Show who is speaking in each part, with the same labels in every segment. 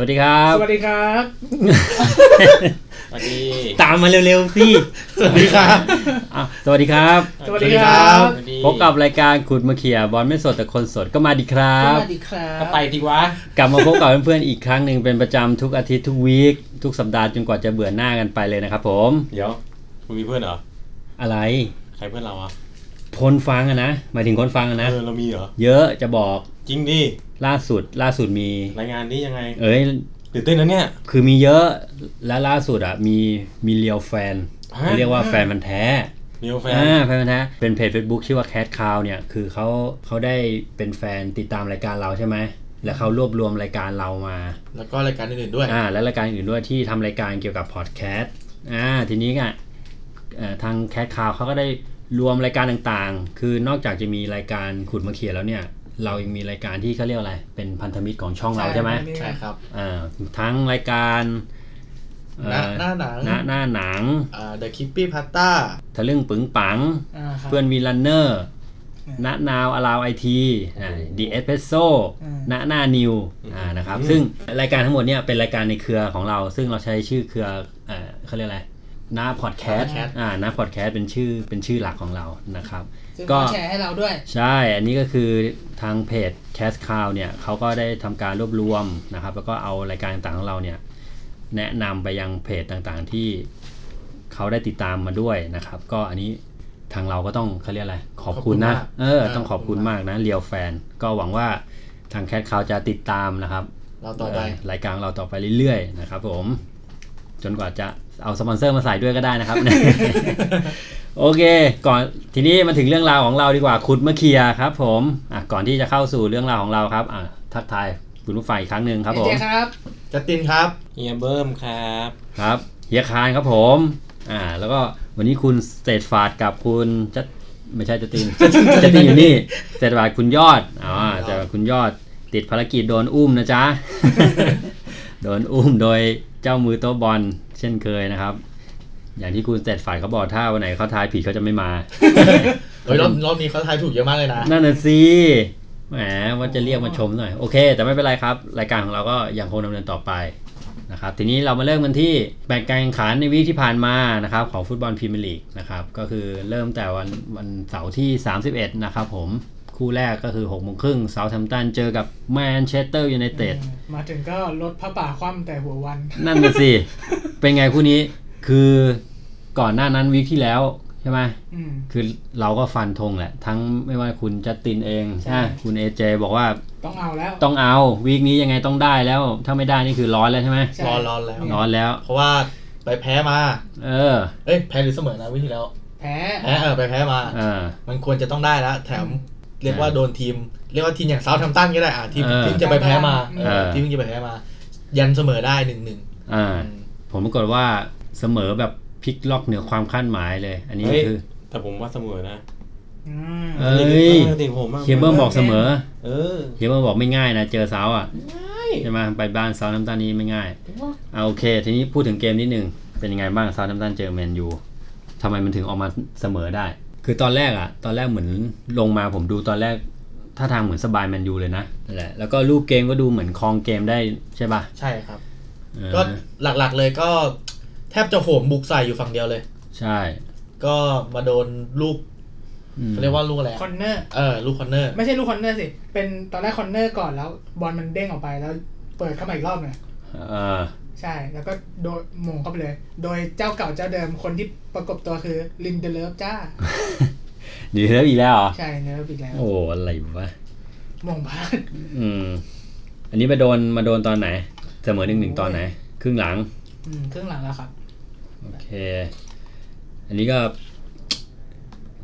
Speaker 1: วัสดีครับ
Speaker 2: สวัสดีครับ
Speaker 3: สวัสดี
Speaker 1: ตามมาเร็วๆสิ
Speaker 4: สวัสดีครับ
Speaker 1: อ่ะสวัสดีครับ
Speaker 2: สวัสดีครับ
Speaker 3: สวัสดี
Speaker 1: พบกับรายการขุดมาเขียบอลไม่สดแต่คนสดก็มาดีครับ
Speaker 2: สวัสดีครับ
Speaker 3: ก็ไปทีวะ
Speaker 1: กลับมาพบกับเพื่อนๆอีกครั้งหนึ่งเป็นประจำทุกอาทิตย์ทุกวีคทุกสัปดาห์จนกว่าจะเบื่อหน้ากันไปเลยนะครับผม
Speaker 3: เดี๋ยวมึงมีเพื่อนเหรอ
Speaker 1: อะไร
Speaker 3: ใครเพื่อนเราอ่ะ
Speaker 1: คนฟังอะนะหมายถึงคนฟังอะนะ
Speaker 3: เออเรามีเหรอ
Speaker 1: เยอะจะบอก
Speaker 3: จริงดิ
Speaker 1: ล่าสุดล่าสุดมี
Speaker 3: รายงานนี้ยังไง
Speaker 1: เอ้ย
Speaker 3: ตื่นเต้นนะเนี่ย
Speaker 1: คือมีเยอะและล่าสุดอ่ะมีมีเลียวแฟน
Speaker 3: ฮะ
Speaker 1: เรียกว่าแฟนมันธุ์แท้
Speaker 3: เนียวแฟน
Speaker 1: อ่าแฟนพันธุ์แท้เป็นเพจ Facebook ชื่อว่า Cat Cow เนี่ย คือเขาเขาได้เป็นแฟนติดตามรายการเราใช่ไหม แล้วเขารวบรวมรายการเรามา
Speaker 4: แล้วก็รายการอื่นๆด้วย
Speaker 1: อ่า และรายการอื่นด้วยที่ทำรายการเกี่ยวกับพอดแคสต์ อ่า ทีนี้อ่ะเอ่อทาง Cat Cow เขาก็ได้รวมรายการต่างๆ คือนอกจากจะมีรายการขุดมาเขียนแล้วเนี่ย เรายังมีรายการที่เขาเรียกอะไร เป็นพันธมิตรของช่องเราใช่ไหม
Speaker 4: ใช่ครับ
Speaker 1: อ่า ทั้งรายการเอ่
Speaker 4: หน้า
Speaker 1: อ
Speaker 4: หน้าหนัง
Speaker 1: หน้าหน้าหนัง
Speaker 4: อ่า The Kippy Pasta
Speaker 1: ทะลึ่งปึงปัง
Speaker 2: าครับ
Speaker 1: เพื่อนวีลันเนอร์
Speaker 2: อืม
Speaker 1: ณนาวอลาวไอทีดีเอสเพสโซ่
Speaker 2: อืม
Speaker 1: ณหน้านิวอ่านะครับ
Speaker 3: อืม
Speaker 1: ซึ่งรายการทั้งหมดเนี่ยเป็นรายการในเครือของเรา ซึ่งเราใช้ชื่อเครือเอ่อเขาเรียกอะไรหน้าพอดแคสต์
Speaker 4: Podcast
Speaker 1: อ่าหน้าพอดแคสต์เป็นชื่อเป็นชื่อหลักของเรานะครับ
Speaker 2: ซึ่ง
Speaker 1: ก็
Speaker 2: ก็แชร์ให้เราด้วย
Speaker 1: ใช่ อันนี้ก็คือทางเพจ Cast Cloud เนี่ยเขาก็ได้ทำการรวบรวมนะครับ แล้วก็เอารายการต่างๆของเราเนี่ยแนะนำไปยังเพจต่างๆที่เขาได้ติดตามมาด้วยนะครับ ก็อันนี้ทางเราก็ต้องเขาเรียกอะไร ขอบคุณนะ
Speaker 4: ขอบคุณมาก
Speaker 1: เออ ต้อง
Speaker 4: เออ
Speaker 1: ข
Speaker 4: ข
Speaker 1: อ
Speaker 4: อ
Speaker 1: บบ
Speaker 4: คุ
Speaker 1: คุณมาม
Speaker 4: ณาก ก
Speaker 1: นะเรียวแฟน ก็หวังว่าทาง Cast Cloud จะติดตามนะครับ
Speaker 4: เราต่อไป
Speaker 1: เรายการของเราต่อไปเรื่อยๆนะครับผม จนกว่าจะเอาสปอนเซอร์มาใส่ด้วยก็ได้นะครับ โอเค ก่อนทีนี้มาถึงเรื่องราวของเราดีกว่าขุดมะเขียครับ ผมอ่ะก่อนที่จะเข้าสู่เรื่องราวของเราครับอ่ะทักทายคุณผู้ฟังอีกครั้งหนึ่งครับผ
Speaker 2: เจ
Speaker 1: ม
Speaker 2: ครับ
Speaker 4: จัตินครับ
Speaker 3: เฮียเบิ้มครับ
Speaker 1: ครับเฮียคานครับผมอ่าแล้วก็วันนี้คุณเศษฟาดกับคุณจัดไม่ใช่จดติน จดตินอยู่นี่เศษฟาดคุณยอดอ๋อ
Speaker 4: คุณยอด
Speaker 1: แต่คุณยอดติดภารกิจโดนอุ้มนะจ๊ะ โดนอุ้มโดยเจ้ามือโต๊ะบอลเช่นเคยนะครับ อย่างที่คุณเศษฟาดเขาบอกถ้าวันไหนเขาทายผิดเขาจะไม่มา
Speaker 4: เฮ้ยรอบรอบนี้เขาทายถูกเยอะมากเลยนะ
Speaker 1: นั่นน่ะสิ แหมว่าจะเรียกมาชมหน่อย โอเค แต่ไม่เป็นไรครับ รายการของเราก็ยังคงดำเนินต่อไปนะครับ ทีนี้เรามาเริ่มกันที่แบ่งการแข่งขันในวีคที่ผ่านมานะครับของฟุตบอลพรีเมียร์ลีกนะครับ ก็คือเริ่มแต่วันวันเสาร์ที่ 31 นะครับผม คู่แรกก็คือ6กโมงครึ่งเซาท์แฮมป์ตันเจอกับแมนเชสเตอร์ยูไนเต็ด
Speaker 2: มาถึงก็รถพระป่าคว่ำแต่หัววัน
Speaker 1: นั่นน่ะสิ เป็นไงคู่นี้ คือก่อนหน้านั้นวีคที่แล้วใช่ไหม
Speaker 2: อืม
Speaker 1: คือเราก็ฟันธงแหละ ทั้งไม่ว่าคุณจัสตินเอง
Speaker 2: ใช่
Speaker 1: อ่ะคุณเอเจบอกว่า
Speaker 2: ต้องเอาแล้ว
Speaker 1: ต้องเอาวีคนี้ยังไงต้องได้แล้ว ถ้าไม่ได้นี่คือร้อนแล้วใช่ไหม
Speaker 2: ใช่
Speaker 4: รอรอแล้ว
Speaker 1: ร้อนแล้ว
Speaker 4: เพราะว่าไปแพ้มา
Speaker 1: เออ
Speaker 4: เอ้ย แพ้หรือเสมอนะวิธีแล้ว
Speaker 2: แพ้
Speaker 4: แพ้เออไปแพ้มา
Speaker 1: เออ
Speaker 4: มันควรจะต้องได้แล้ว แถม
Speaker 2: อืม
Speaker 4: เรียกว่าโดนทีม เรียกว่าทีมอย่างเซาท์แทมป์ตันก็ได้อ่ะทีม
Speaker 1: เออ
Speaker 4: ที่จะไปแพ้มา
Speaker 2: เออ
Speaker 4: เออทีมที่จะไปแพ้มา ยันเสมอได้หนึ่งหนึ่ง
Speaker 1: อ่า ผมปรากฏว่าเสมอแบบพลิกล็อกเหนือความคาดหมายเลย อันนี้
Speaker 3: เฮ้ย
Speaker 1: คือ
Speaker 3: แต่ผมว่าเสมอนะ
Speaker 2: อืม
Speaker 1: เอ้ย
Speaker 3: ติดผมมาก
Speaker 1: เคียเบิร์มบอกเสมอ
Speaker 3: เออ
Speaker 1: เคียเบิร์มบอกไม่ง่ายนะเจอเซาอ่ะ
Speaker 3: ไม่
Speaker 1: ใช่ไหมไปบ้านเซาน้ำตาลนี้ไม่ง่ายเอาโอเค ทีนี้พูดถึงเกมนิดนึงเป็นยังไงบ้างเซาน้ำตาลเจอแมนยูทำไมมันถึงออกมาเสมอได้ คือตอนแรกอะตอนแรกเหมือนลงมาผมดูตอนแรกท่าทางเหมือนสบายแมนยูเลยนะนั่นแหละแล้วก็รูปเกมก็ดูเหมือนครองเกมได้ใช่ป่ะ
Speaker 4: ใช่ครับ
Speaker 1: เออ
Speaker 4: ก็หลักๆเลยก็แทบจะโหมบุกใส่อยู่ฝั่งเดียวเลย
Speaker 1: ใช่
Speaker 4: ก็มาโดนลูก
Speaker 1: อืม
Speaker 4: เขาเรียกว่าลูกอะไร
Speaker 2: คอ
Speaker 4: อะ
Speaker 2: นเนอร์
Speaker 4: เออลูกคอนเนอร์
Speaker 2: ไม่ใช่ลูกคอนเนอร์สิ เป็นตอนแรกคอนเนอร์ก่อนแล้ว บอลมันเด้งออกไปแล้วเปิดเข้ามาอีกรอบหนึ่ง
Speaker 1: เอ อ
Speaker 2: ใช่ แล้วก็โดนหมงเข้าไปเลย โดยเจ้าเก่าเจ้าเดิมคนที่ประกบตัวคือลินเดเลฟจ้า
Speaker 1: ดีแล้วอีกแล้วเหรอ
Speaker 2: ใช่เนเลฟอีกแล้ว
Speaker 1: โอ้อะไรวะ
Speaker 2: หมงพลาด
Speaker 1: อืม อันนี้มาโดนมาโดนตอนไหน เสมอหนึ่งหนึ่งตอนไหน ครึ่งหลัง
Speaker 2: อืมครึ่งหลังแล้วครับ
Speaker 1: โอเค อันนี้ก็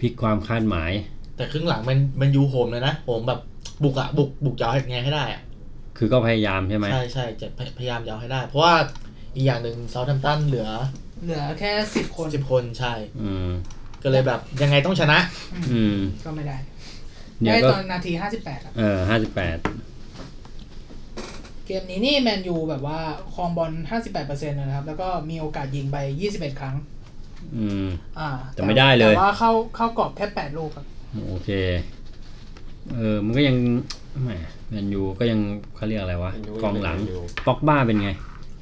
Speaker 1: พลิกความคาดหมาย
Speaker 4: แต่ครึ่งหลังมันมันยูโหมเลยนะโหมแบบบุกอะบุกบุกยาวให้ไงให้ได้อะ
Speaker 1: คือก็พยายามใช่ไหม
Speaker 4: ใช่ใช่จะพยพยายามยาวให้ได้ เพราะว่าอีกอย่างหนึ่งเซาท์แฮมป์ตันเหลือ
Speaker 2: เหลือแค่สิบคน
Speaker 4: สิบคนใช่
Speaker 1: อืม
Speaker 4: ก็เลยแบบยังไงต้องชนะ
Speaker 1: อืม
Speaker 2: ก็ไม่ได้
Speaker 1: เนี่ย
Speaker 2: ได้
Speaker 1: ก็
Speaker 2: ตอนนาทีห้าสิบแปดครับ
Speaker 1: เออห้าสิบแปด
Speaker 2: เกมนี้นี่แมนยูแบบว่าครองบอล 58%นะครับ แล้วก็มีโอกาสยิงไป 21 ครั้ง
Speaker 1: อืม
Speaker 2: อ่า
Speaker 1: แต่ไม่ได้เลย
Speaker 2: แต่ว่าเข้าเข้ากรอบแค่ 8 ลูกครับ
Speaker 1: โอเค เออ มันก็ยัง แหมแมนยูก็ยังเขาเรียกอะไรวะ
Speaker 3: แมนยู
Speaker 1: กองหลัง
Speaker 3: แมนยู
Speaker 1: ป็อกบ้าเป็นไง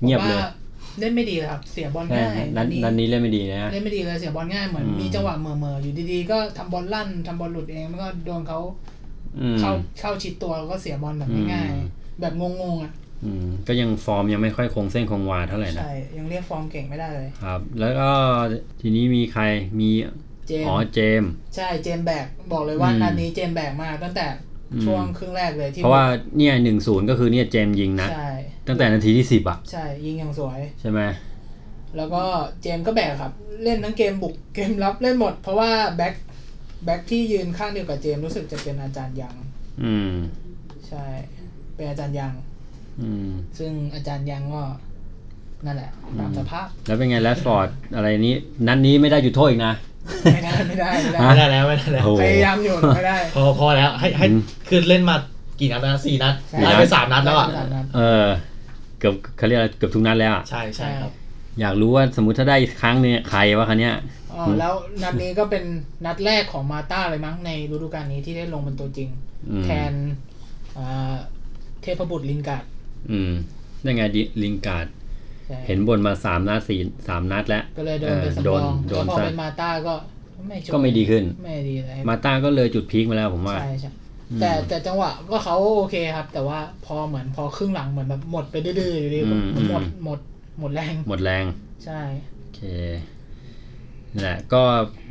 Speaker 1: เงียบเลย
Speaker 2: ว่าเล่นไม่ดีเลยครับ เสียบอล
Speaker 1: ใช่
Speaker 2: ง่าย
Speaker 1: ด้านด้านนี้เล่นไม่ดีนะ
Speaker 2: เล่นไม่ดีเลยเสียบอลง่ายเหมือน
Speaker 1: อืม
Speaker 2: มีจังหวะเหม่อเมอๆอยู่ดีๆ ก็ทำบอลลั่นทำบอลหลุดเองแล้วก็โดนเขา
Speaker 1: อืม
Speaker 2: เข้าเข้าชิดตัวแล้วก็เสียบอลแบบง่าย
Speaker 1: อืม
Speaker 2: ๆแบบงงๆอ่ะ
Speaker 1: อืมก็ยังฟอร์มยังไม่ค่อยคงเส้นคงวาเท่าไหร่นะ
Speaker 2: ใช่ยังเรียกฟอร์มเก่งไม่ได้เลย
Speaker 1: ครับ แล้วก็ทีนี้มีใครมี
Speaker 2: เจม
Speaker 1: อ๋อ
Speaker 2: ส์
Speaker 1: เจมส์
Speaker 2: ใช่เจมส์แบกบอกเลยว่า
Speaker 1: อืม
Speaker 2: นัดนี้เจมส์แบกมากตั้งแต่
Speaker 1: อืม
Speaker 2: ช่วงครึ่งแรกเลยที่
Speaker 1: เพราะว่าเนี่ยหนึ่งศูนย์ก็คือเนี่ยเจมส์ยิงนะ
Speaker 2: ใช่
Speaker 1: ตั้งแต่นาทีที่สิบอ่ะ
Speaker 2: ใช่ยิงอย่างสวย
Speaker 1: ใช่ไหม
Speaker 2: แล้วก็เจมส์ก็แบกครับ เล่นทั้งเกมบุกเกมรับเล่นหมด เพราะว่าแบ็คแบ็คที่ยืนข้างเดียวกับเจมส์รู้สึกจะเป็นอาจารย์ยัง
Speaker 1: อืม
Speaker 2: ใช่เป็นอาจารย์ยัง
Speaker 1: อืม
Speaker 2: ซึ่งอาจารย์ยังก็นั่นแหละ ตามสภาพ
Speaker 1: แล้วเป็นไงแรดฟอร์ดอะไรนี้ นัดนี้ไม่ได้หยุดโทษอีกนะ
Speaker 2: ไม่ได้ไม่ได้ไม่ได้
Speaker 1: ฮะ
Speaker 4: ไม่ได้แล้วไม่ได้แล้ว
Speaker 1: โอ้โห
Speaker 2: พยายามอยู่ไม่ได้
Speaker 4: พอพอแล้วให้ให้
Speaker 1: อืม
Speaker 4: คือเล่นมากี่นัดแล้วนะสี่นัด
Speaker 2: ใช่
Speaker 4: ได้ไปสามนัดแล้วอ่ะ
Speaker 2: ได้ไปสามนัด
Speaker 1: เออ เกือบเขาเรียกอะไรเกือบทุกนัดแล้วอะ
Speaker 4: ใช่ใช่ครับ
Speaker 1: อยากรู้ว่าสมมติถ้าได้อีกครั้งเนี่ยใครวะคันเนี้ย
Speaker 2: อ๋อแล้วนัดนี้ก็เป็นนัดแรกของมาต้าเลยมั้งในฤดูกาลนี้ที่ได้ลงเป็นตัวจริง
Speaker 1: อืม
Speaker 2: แทนอ่าเทพบุตรลินการ์ด
Speaker 1: อืมยังไงดิลิงการ์ด
Speaker 2: ใช่
Speaker 1: เห็นบนมาสามนัดสี่สามนัดแล้ว
Speaker 2: ก็เลยโดนเป็น
Speaker 1: โด
Speaker 2: สำร
Speaker 1: น
Speaker 2: อง
Speaker 1: โด
Speaker 2: แล้ว
Speaker 1: น
Speaker 2: พอ
Speaker 1: ซะ
Speaker 2: เป็นมาต้าก็ไม่ช่วย
Speaker 1: ก็ไม่ดีขึ้น
Speaker 2: ไม่ดีอะไร
Speaker 1: มาต้าก็เลยจุดพีคมาแล้วผมว่า
Speaker 2: ใช่ใช่แต่แต่จังหวะก็เขาโอเคครับ แต่ว่าพอเหมือนพอครึ่งหลังเหมือนแบบหมดไปดื้อๆอยู่ดี
Speaker 1: อืมอืม
Speaker 2: หมดหมดหมดแรง
Speaker 1: หมดแรง
Speaker 2: ใช่
Speaker 1: โอเคนั่นแหละก็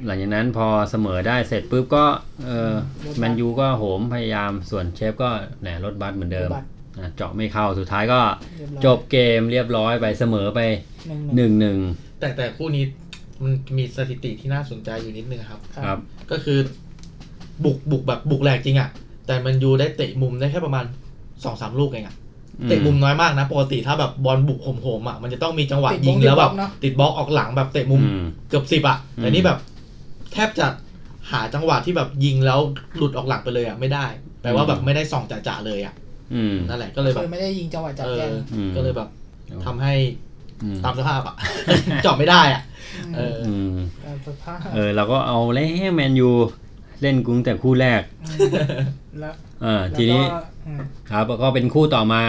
Speaker 1: หลังจากนั้นพอเสมอได้เสร็จปุ๊บก็เออ
Speaker 2: รถบัส
Speaker 1: แมนยูก็โหมพยายามส่วนเชฟก็แหนรถบัสเหมือนเดิม
Speaker 2: รถบัส
Speaker 1: อ่ะเจาะไม่เข้าสุดท้ายก็
Speaker 2: เรียร้อย
Speaker 1: จบเกมเรียบร้อยไปเสมอไป
Speaker 2: หนึ่ง
Speaker 1: 1นหนึ่ง
Speaker 4: แต่แต่คู่นี้มันมีสถิติที่น่าสนใจอยู่นิดนึงครับ
Speaker 1: ครับ
Speaker 4: ก็คือบุกบุกแบบบุกแหลกจริงอ่ะ แต่มันยูได้เตะมุมได้แค่ประมาณสองสามลูกเองอ่ะ
Speaker 1: อืม
Speaker 4: เตะมุมน้อยมากนะ ปกติถ้าแบบบอลบุกโหมๆอ่ะ มันจะต้องมีจังหวะยิงแล้วแบบติดบล็อกออกหลังแบบเตะมุม
Speaker 1: อืม
Speaker 4: เกือบสิบอะ
Speaker 1: อืม
Speaker 4: แต่นี่แบบแทบจะหาจังหวะที่แบบยิงแล้วหลุดออกหลังไปเลยอะไม่ได้ แปลว่าแบบไม่ได้ส่องจ่าๆเลยอะ
Speaker 1: อืม
Speaker 4: นั่นแหละก็เลยแบ
Speaker 2: คื
Speaker 4: บ
Speaker 2: อไม่ได้ยิงจังหวะจับ
Speaker 4: เอ
Speaker 2: แก
Speaker 4: อ
Speaker 2: น
Speaker 1: อืม
Speaker 4: ก็เลยแบบทำให้
Speaker 1: อืม
Speaker 4: ตามสภาพอะ เจอบ ไม่ได้อะเออ
Speaker 1: อืม
Speaker 2: ตามสภาพ
Speaker 1: เออเราก็เอาแล้วแมนยูเล่นกุ้งแต่คู่แรก
Speaker 2: แล้ว
Speaker 1: เออ
Speaker 2: แล้ว
Speaker 1: ทีนี้
Speaker 2: ก็อืม
Speaker 1: ครับแล้วก็เป็นคู่ต่อมา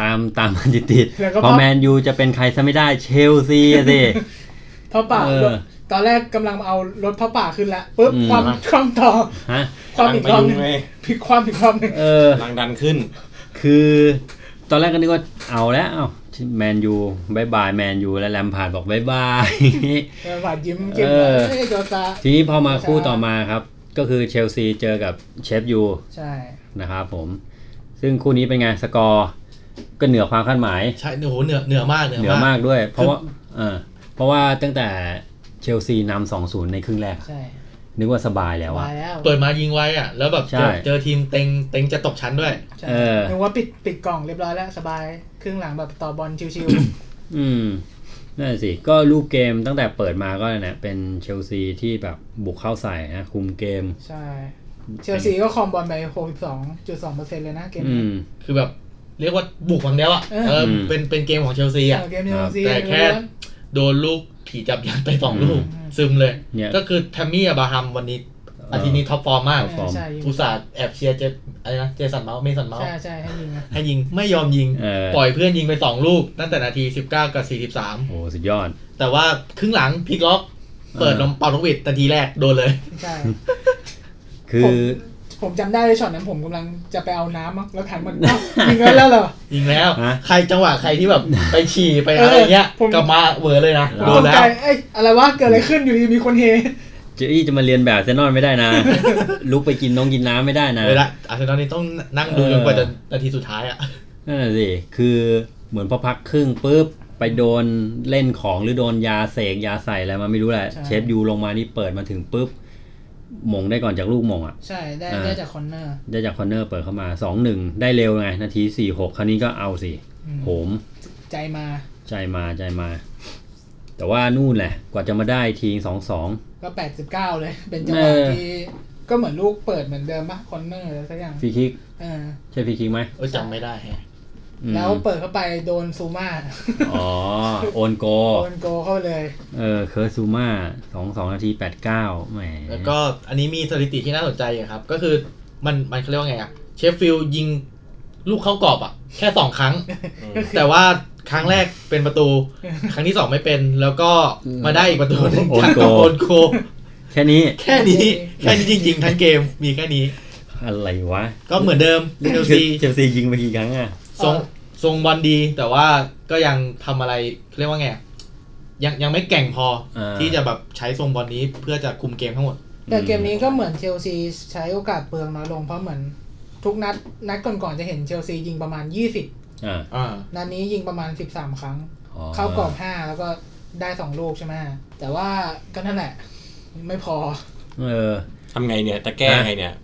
Speaker 1: ตามตามมันติดติดๆ
Speaker 2: แล้วก็
Speaker 1: พอแมนยูจะเป็นใครซะไม่ได้เชลซีอะสิ
Speaker 2: พระป่า
Speaker 1: เออ
Speaker 2: ตอนแรกกำลังเอารถพระป่าขึ้นแล้วปุ๊บ
Speaker 1: อืม
Speaker 2: ความคล่อมต่อ
Speaker 1: ฮะ
Speaker 2: ความอีกคล่อมหนึ่ง
Speaker 3: กำลังไปยุ่งเว้ย
Speaker 2: พลิกความอีกคล่อมหนึ่ง
Speaker 1: เออ
Speaker 3: กำลังดันขึ้น
Speaker 1: คือตอนแรกก็นึกว่าเอาแล้วเอาแมนยูบายบายแมนยูแล้วแลมพาร์ดบอกบายบาย
Speaker 2: แล้วหวานยิ้มยิ้ม
Speaker 1: เออ
Speaker 2: เอ้ยโจซา
Speaker 1: ทีนี้พอมาคู่ต่อมาครับ ก็คือเชลซีเจอกับเชฟยู
Speaker 2: ใช่
Speaker 1: นะครับผม ซึ่งคู่นี้เป็นไงสกอร์ก็เหนือความคาดหมาย
Speaker 4: ใช่โอ้โหเหนือเหนือมากเหนื
Speaker 1: เหนื
Speaker 4: อมาม
Speaker 1: อาก กด้วย เพราะว่าเออเพราะว่าตั้งแต่เชลซีนำสองศูนย์ในครึ่งแรก
Speaker 2: ใช่
Speaker 1: นึกว่าสบายแล้ว
Speaker 2: มา
Speaker 1: อะ
Speaker 2: แล้ว
Speaker 4: เปิดมายิงไว้อะแล้วแบบเจอ
Speaker 1: ใช่
Speaker 4: เจอทีมเต็งเต็งจะตกชั้นด้วย
Speaker 2: ใช่
Speaker 1: เออ
Speaker 2: นึกว่าปิดปิดกล่องเรียบร้อยแล้ว สบายครึ่งหลังแบบต่อบอลชิว
Speaker 1: อืมนั่นสิก็รูปเกมตั้งแต่เปิดมาก็เนี่ยเป็นเชลซีที่แบบบุกเข้าใส่นะคุมเกม
Speaker 2: ๆ ใช่ เชลซีก็คอมบอลไป62.2เปอร์เซ็นต์เลยนะเกม
Speaker 1: อื
Speaker 2: นี้
Speaker 1: ม
Speaker 4: คือแบบเรียกว่าบุกฝั่งเดียวอะเอออ
Speaker 1: ม
Speaker 4: เป็นเป็นเกมของเชลซีอะ
Speaker 2: เออเกมนี้เชลซี
Speaker 4: แต่แค่
Speaker 2: ล้วน
Speaker 4: โดนลูกผีจับยันไปสองลูก
Speaker 2: อืม
Speaker 4: ซึมเลย
Speaker 1: เนี่ย
Speaker 4: ก็คือแทมมี่อับราฮัมวันนี้อาทิตย์นี้ท็อปฟอร์มมาก
Speaker 1: ท็อป ฟร์ม
Speaker 2: ใช่ยิง
Speaker 4: อุตส่าห์แอบเชียร์เจอะไรนะเจสันเมาส์เมสันเมาส์
Speaker 2: ใช่ใช่ให้ยิงนะ
Speaker 4: ให้ยิงไม่ยอมยิง
Speaker 1: เออ
Speaker 4: ปล่อยเพื่อนยิงไป 2 ลูก ตั้งแต่นาที 19 กับ
Speaker 1: โอ้สุดยอด
Speaker 4: 43 แต่ว่าครึ่งหลังพลิกล็อก เปิด
Speaker 1: เออ
Speaker 4: ลมเป่านกหวิดนาทีแรกโดนเลย
Speaker 2: ใช่
Speaker 1: คื
Speaker 2: ผ
Speaker 1: อ
Speaker 2: มผมจำได้เลยช็อตนั้นผมกำลังจะไปเอาน้ำมั้งแล้วถังมันอ้าวยิงแล้วแล้วเหรอ
Speaker 4: ยิงแล้ว
Speaker 1: ฮะ
Speaker 4: ใครจังหวะใครที่แบบ ไปฉี่ไปอะไรเงี้ย
Speaker 2: เออผม
Speaker 4: กลับมาเหวอเลยนะ
Speaker 1: ผ
Speaker 2: ผม
Speaker 4: โด
Speaker 2: มต
Speaker 4: น
Speaker 2: ก
Speaker 4: แล้
Speaker 2: ใจ
Speaker 4: ว
Speaker 2: เอ้ยอะไรวะเกิดอะไรขึ้นอยู่ดีมีคนเฮ
Speaker 1: เจอี้จะมาเรียนแบบเซนอนไม่ได้ นะ ลุกไปกินน้องกินน้ำไม่ได้นะ
Speaker 4: เวลาอาร์เซนอลนี่ต้องนั่งดูจนกว่าจะนาทีสุดท้ายอ่ะ
Speaker 1: นั่นแหะสิ คือเหมือนพอพักครึ่งปุ๊บ ไปโดนเล่นของหรือโดนยาเสกยาใส่อะไรมาไม่รู้แหละ
Speaker 2: ใช่
Speaker 1: เชฟยูลงมานี่เปิดมาถึงปุ๊บหมงได้ก่อนจากลูกหมงอ่ะ
Speaker 2: ใช่ได้
Speaker 1: อ่า
Speaker 2: ได้จากคอนเนอร์
Speaker 1: ได้จากคอนเนอร์เปิดเข้ามา 2-1 ได้เร็วไง นาที4-6คราวนี้ก็เอาสิ
Speaker 2: อืม
Speaker 1: โหม
Speaker 2: ใจมา
Speaker 1: ใจมาใจมา แต่ว่านู่นแหละ กว่าจะมาได้ทีสองสอง
Speaker 2: ก็ 89 เลย เป็นจังห
Speaker 1: เอ
Speaker 2: วะ
Speaker 1: อ
Speaker 2: ที่ก็เหมือนลูกเปิดเหมือนเดิมปะคอนเนอร์อะไรสักอย่าง
Speaker 1: ฟรีคิก
Speaker 2: เออ
Speaker 1: ใช่ฟรีคิกไหม
Speaker 4: โอ้ยจำไม่ได้แฮะ
Speaker 1: อืม
Speaker 2: แล้วเปิดเข้าไปโดนซูมา
Speaker 1: อ๋อ โอนโก
Speaker 2: โดนโกเข้าไปเลย
Speaker 1: เออ เคอร์ซูมาสองสองนาทีแปดเก้าแหม
Speaker 4: แล้วก็อันนี้มีสถิติที่น่าสนใจอยู่ครับ ก็คือมันมันเขาเรียกว่าไงอ่ะ เช เชฟฟิลด์ยิงลูกเข้ากรอบอ่ะ แค่สองค รั้ง
Speaker 3: อืม
Speaker 4: แต่ว่าครั้งแรกเป็นประตู ครั้งที่สองไม่เป็น แล้วก็มาได้อีกประตูหนึง
Speaker 1: โอน
Speaker 4: จาก
Speaker 1: โก
Speaker 4: โอนโก
Speaker 1: แค่นี้
Speaker 4: แค่นี้แค่นี้จริงๆทั้งเกมมีแค่นี้
Speaker 1: อะไรวะ
Speaker 4: ก็เหมือนเดิมเชลซี
Speaker 1: เชลซียิงไปกี่ครั้งอ่ะ
Speaker 4: ทรงทรงบอลดี แต่ว่าก็ยังทำอะไรเรียกว่าไงยังยังไม่แกร่งพออา ที่จะแบบใช้ทรงบอลนี้เพื่อจะคุมเกมทั้งหมด
Speaker 2: แต่เกมนี้ก็เหมือนเชลซีใช้โอกาสเปลืองน้อยลงเพราะเหมือนทุกนัดนัดก่อนๆจะเห็นเชลซียิงประมาณ
Speaker 1: อ่า
Speaker 4: อ่า
Speaker 2: 20 นัดนี้ยิงประมาณ 13 ครั้ง
Speaker 1: อ๋อ
Speaker 2: เข้ากรอบ 5 แล้วก็ได้ 2 ลูกใช่ไหมแต่ว่าก็นั่นแหละ ไม่พอ
Speaker 1: เออ
Speaker 3: ทำไงเนี่ยจะแก้ไงเนี่ย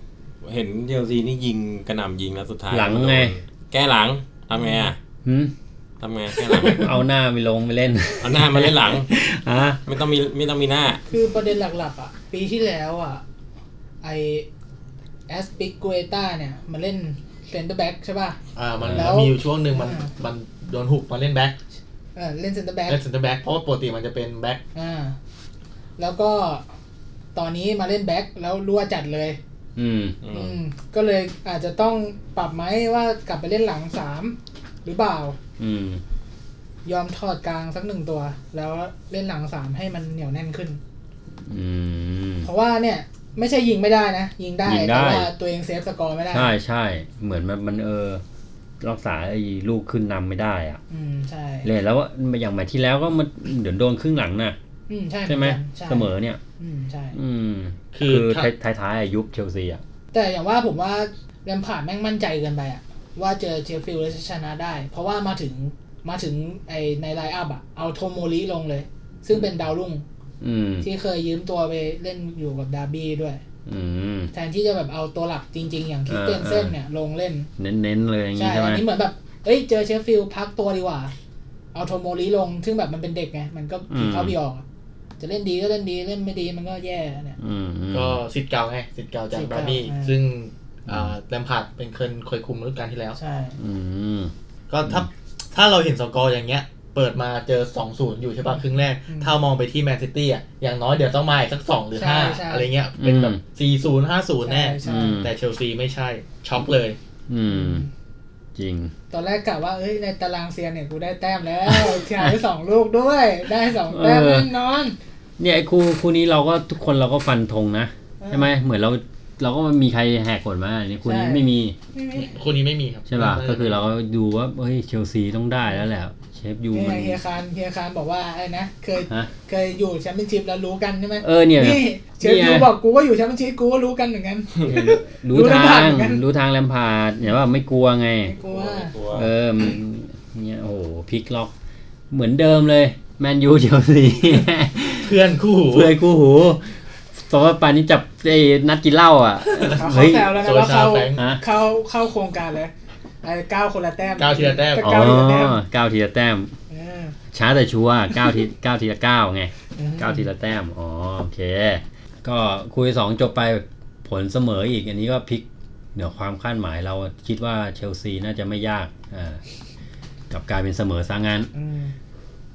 Speaker 3: เห็นเชลซีนี่ยิงกระหน่ำยิงแล้วสุดท้าย
Speaker 1: หลังไง
Speaker 3: แก้หลังทำไงอ่ะ
Speaker 1: หึ
Speaker 3: ทำไงแก้หลัง
Speaker 1: เอาหน้าไปลงไปเล่น
Speaker 3: เอาหน้ามาเล่นหลัง
Speaker 1: อ่ะ
Speaker 3: ไม่ต้องมีไม่ต้องมีหน้า
Speaker 2: คือประเด็นหลักๆ อ่ะ ปีที่แล้วอ่ะ ไอแอสปิกเกตาเนี่ย มันเล่นเซนเตอร์แบ็กใช่ป่ะ
Speaker 4: อ่ามัน
Speaker 2: แล้ว
Speaker 4: มีอยู่ช่วงหนึ่งมันมันโดนหุบมาเล่นแบ็ค
Speaker 2: เออเล่นเซนเตอร์แบ็ก
Speaker 4: เล่นเซนเตอร์แบ็คเพราะว่าปกติมันจะเป็นแบ็ค
Speaker 2: อ่าแล้วก็ตอนนี้มาเล่นแบ็กแล้วรั่วจัดเลย
Speaker 1: อืม
Speaker 3: อื
Speaker 2: อื
Speaker 3: ม
Speaker 2: มก็เลยอาจจะต้องปรับไหมว่ากลับไปเล่นหลังสามหรือเปล่า
Speaker 1: อืม
Speaker 2: ยอมถอดกลางสักหนึ่งตัว แล้วเล่นหลังสามให้มันเหนียวแน่นขึ้น
Speaker 1: อืม
Speaker 2: เพราะว่าเนี่ยไม่ใช่ยิงไม่ได้นะ ยิงได้
Speaker 1: ยิงได้
Speaker 2: แต่ว่าตัวเองเซฟสกอร์ไม่ได้
Speaker 1: ใช่ใช่เหมือนมันมันเออ รักษาไอ้ลูกขึ้นนำไม่ได้อ่ะ
Speaker 2: อืมใช่
Speaker 1: เลยแล้วว่าอย่างแมตช์ที่แล้วก็มันเดี๋ยวโดนครึ่งหลังน่ะ
Speaker 2: อืมใช่
Speaker 1: ใช่ไหม
Speaker 2: เอนกันใช่
Speaker 1: เสมอเนี่ย
Speaker 2: อืมใช่
Speaker 1: อืม
Speaker 4: คื
Speaker 1: คือ อ
Speaker 4: ถ้า
Speaker 1: ท้ายท้ายๆอะยุคเชลซีอ่ะ
Speaker 2: แต่อย่างว่าผมว่าแรมผ่านแม่งมั่นใจเกินไปอะว่าเจอเชฟฟิลด์แล้วจะชนะได้ เพราะว่ามาถึงมาถึงไอในไลน์อัพอะเอาโทโมริลงเลย ซึ่งเป็นดาวรุ่ง
Speaker 1: อืม
Speaker 2: ที่เคยยืมตัวไปเล่นอยู่กับดาร์บี้ด้วย
Speaker 1: อืม
Speaker 2: แทนที่จะแบบเอาตัวหลักจริง ๆ อย่างคริสเตนเซน
Speaker 1: อ่า
Speaker 2: เนี่ยลงเล่น
Speaker 1: เน้นๆเลยอย่าง
Speaker 2: ใช่
Speaker 1: งี้ใช่ไห
Speaker 2: อั
Speaker 1: ม
Speaker 2: นนี้เหมือนแบบ เอ้ย เจอเชฟฟิลด์พักตัวดีกว่า เอาโทโมริลง ซึ่งแบบมันเป็นเด็กไง มันก็ผีเข้าผีออกอะจะเล่นดีก็เล่นดี เล่นไม่ดีมันก็แย่เนี่ย
Speaker 1: อืมอืม
Speaker 4: ก็สิทธิ์เก่าไงสิทธิ์เก่าจาก
Speaker 2: สิทธิ์
Speaker 4: บา
Speaker 2: เก่า
Speaker 4: ร์บี้
Speaker 2: อ่า
Speaker 4: ซึ่ง
Speaker 1: อืม
Speaker 4: อ่าแลมพาร์ดเป็นเคยเคยคุมฤดูกาลที่แล้ว
Speaker 2: ใช่
Speaker 1: อืม
Speaker 4: ก็ถ้าถ้าเราเห็นสกอร์อย่างเงี้ย เปิดมาเจอ 2 0 อยู่ใช่ป่ะครึ่งแรก
Speaker 2: อืม
Speaker 4: ถ้ามองไปที่แมนซิตี้อ่ะ อย่างน้อยเดี๋ยวต้องมาอีกสัก 2 หรือ
Speaker 2: ใช่ใช่
Speaker 4: 5 อะไรเงี้ย เป็นแบบ 4 0 5 0 แน่
Speaker 2: ใช่
Speaker 1: อืม
Speaker 4: แต่เชลซีไม่ใช่ ช็อกเลย
Speaker 1: อื
Speaker 2: อื
Speaker 1: ม
Speaker 2: ม
Speaker 1: จริง
Speaker 2: ตอนแรกกะว่า เอ้ย ในตารางเซียนเนี่ย กูได้แต้มแล้วช นะได้สองลูกด้วย ได้สองแต้ม
Speaker 1: เออ
Speaker 2: แน่นอน
Speaker 1: เนี่ยไอ้คู่คู่นี้เราก็ทุกคนเราก็ฟันธงนะ
Speaker 2: เออ
Speaker 1: ใช่ไหมเหมือนเราเราก็มีใครแหกกฎมาอันนี้คู่นี้
Speaker 2: ใช่
Speaker 1: ไม่มี
Speaker 2: ไม่มี
Speaker 4: คนนี้ไม่มีครับ
Speaker 1: ใช่ป่ะ
Speaker 4: ไม่ได้
Speaker 1: ก็คือเราก็ดูว่าเฮ้ยเชลซีต้องได้แล้วแหละเชฟยูมัน
Speaker 2: เนี่ยเฮียคารเฮียคารบอกว่าไอ้นะ เคย
Speaker 1: ฮะ
Speaker 2: เคยอยู่แชมเปี้ยนชิพแล้วรู้กันใช่ไหม
Speaker 1: เออเนี่ย
Speaker 2: นี่เชฟ
Speaker 1: เนี่
Speaker 2: ยู
Speaker 1: ย
Speaker 2: บอกกูก็อยู่แชมเปี้ยนชิพกูก็รู้กันเหมือนกัน
Speaker 1: รู้
Speaker 2: รู้ทา
Speaker 1: ทาง ง
Speaker 2: เหมือนกัน
Speaker 1: รู้ทางแลมพาร์ดเนี่ยว่าไม่กลัวไง
Speaker 2: กูว่า
Speaker 3: กลัว
Speaker 1: เออมันเนี่ยโอ้โหพลิกล็อก เหมือนเดิมเลยแมนยูเชลซี
Speaker 4: เพื่อนคู่หู
Speaker 1: เพื่อนคู่หูเพราะว่าปานนี้จับไอ้นัดกินเหล้าอ่ะ
Speaker 2: เขา
Speaker 1: เฮ้ย
Speaker 2: แซวแล้วนะ
Speaker 4: โซ
Speaker 2: ว่า
Speaker 4: ชา
Speaker 2: เข้า
Speaker 4: แฟรงค์
Speaker 1: ฮะ
Speaker 2: เข้าเข้าโครงการเลยไอ้เก้าคนละแต้ม
Speaker 4: เก้าทีละแต้ม
Speaker 1: อ๋อ
Speaker 2: เก้าทีละแต้ม
Speaker 1: เก้าทีละแต้ม
Speaker 2: เออ
Speaker 1: ช้าแต่ชัวร์เก้าทีเก้าทีละเก้าไงเก้าทีละแต้ม อ๋อ โอเค ก็คุยสองจบไปผลเสมออีก อันนี้ก็พลิกเหนือความคาดหมายเราคิดว่าเชลซีน่าจะไม่ยากอ่ากลับกลายเป็นเสมอซะงั้น
Speaker 2: อืม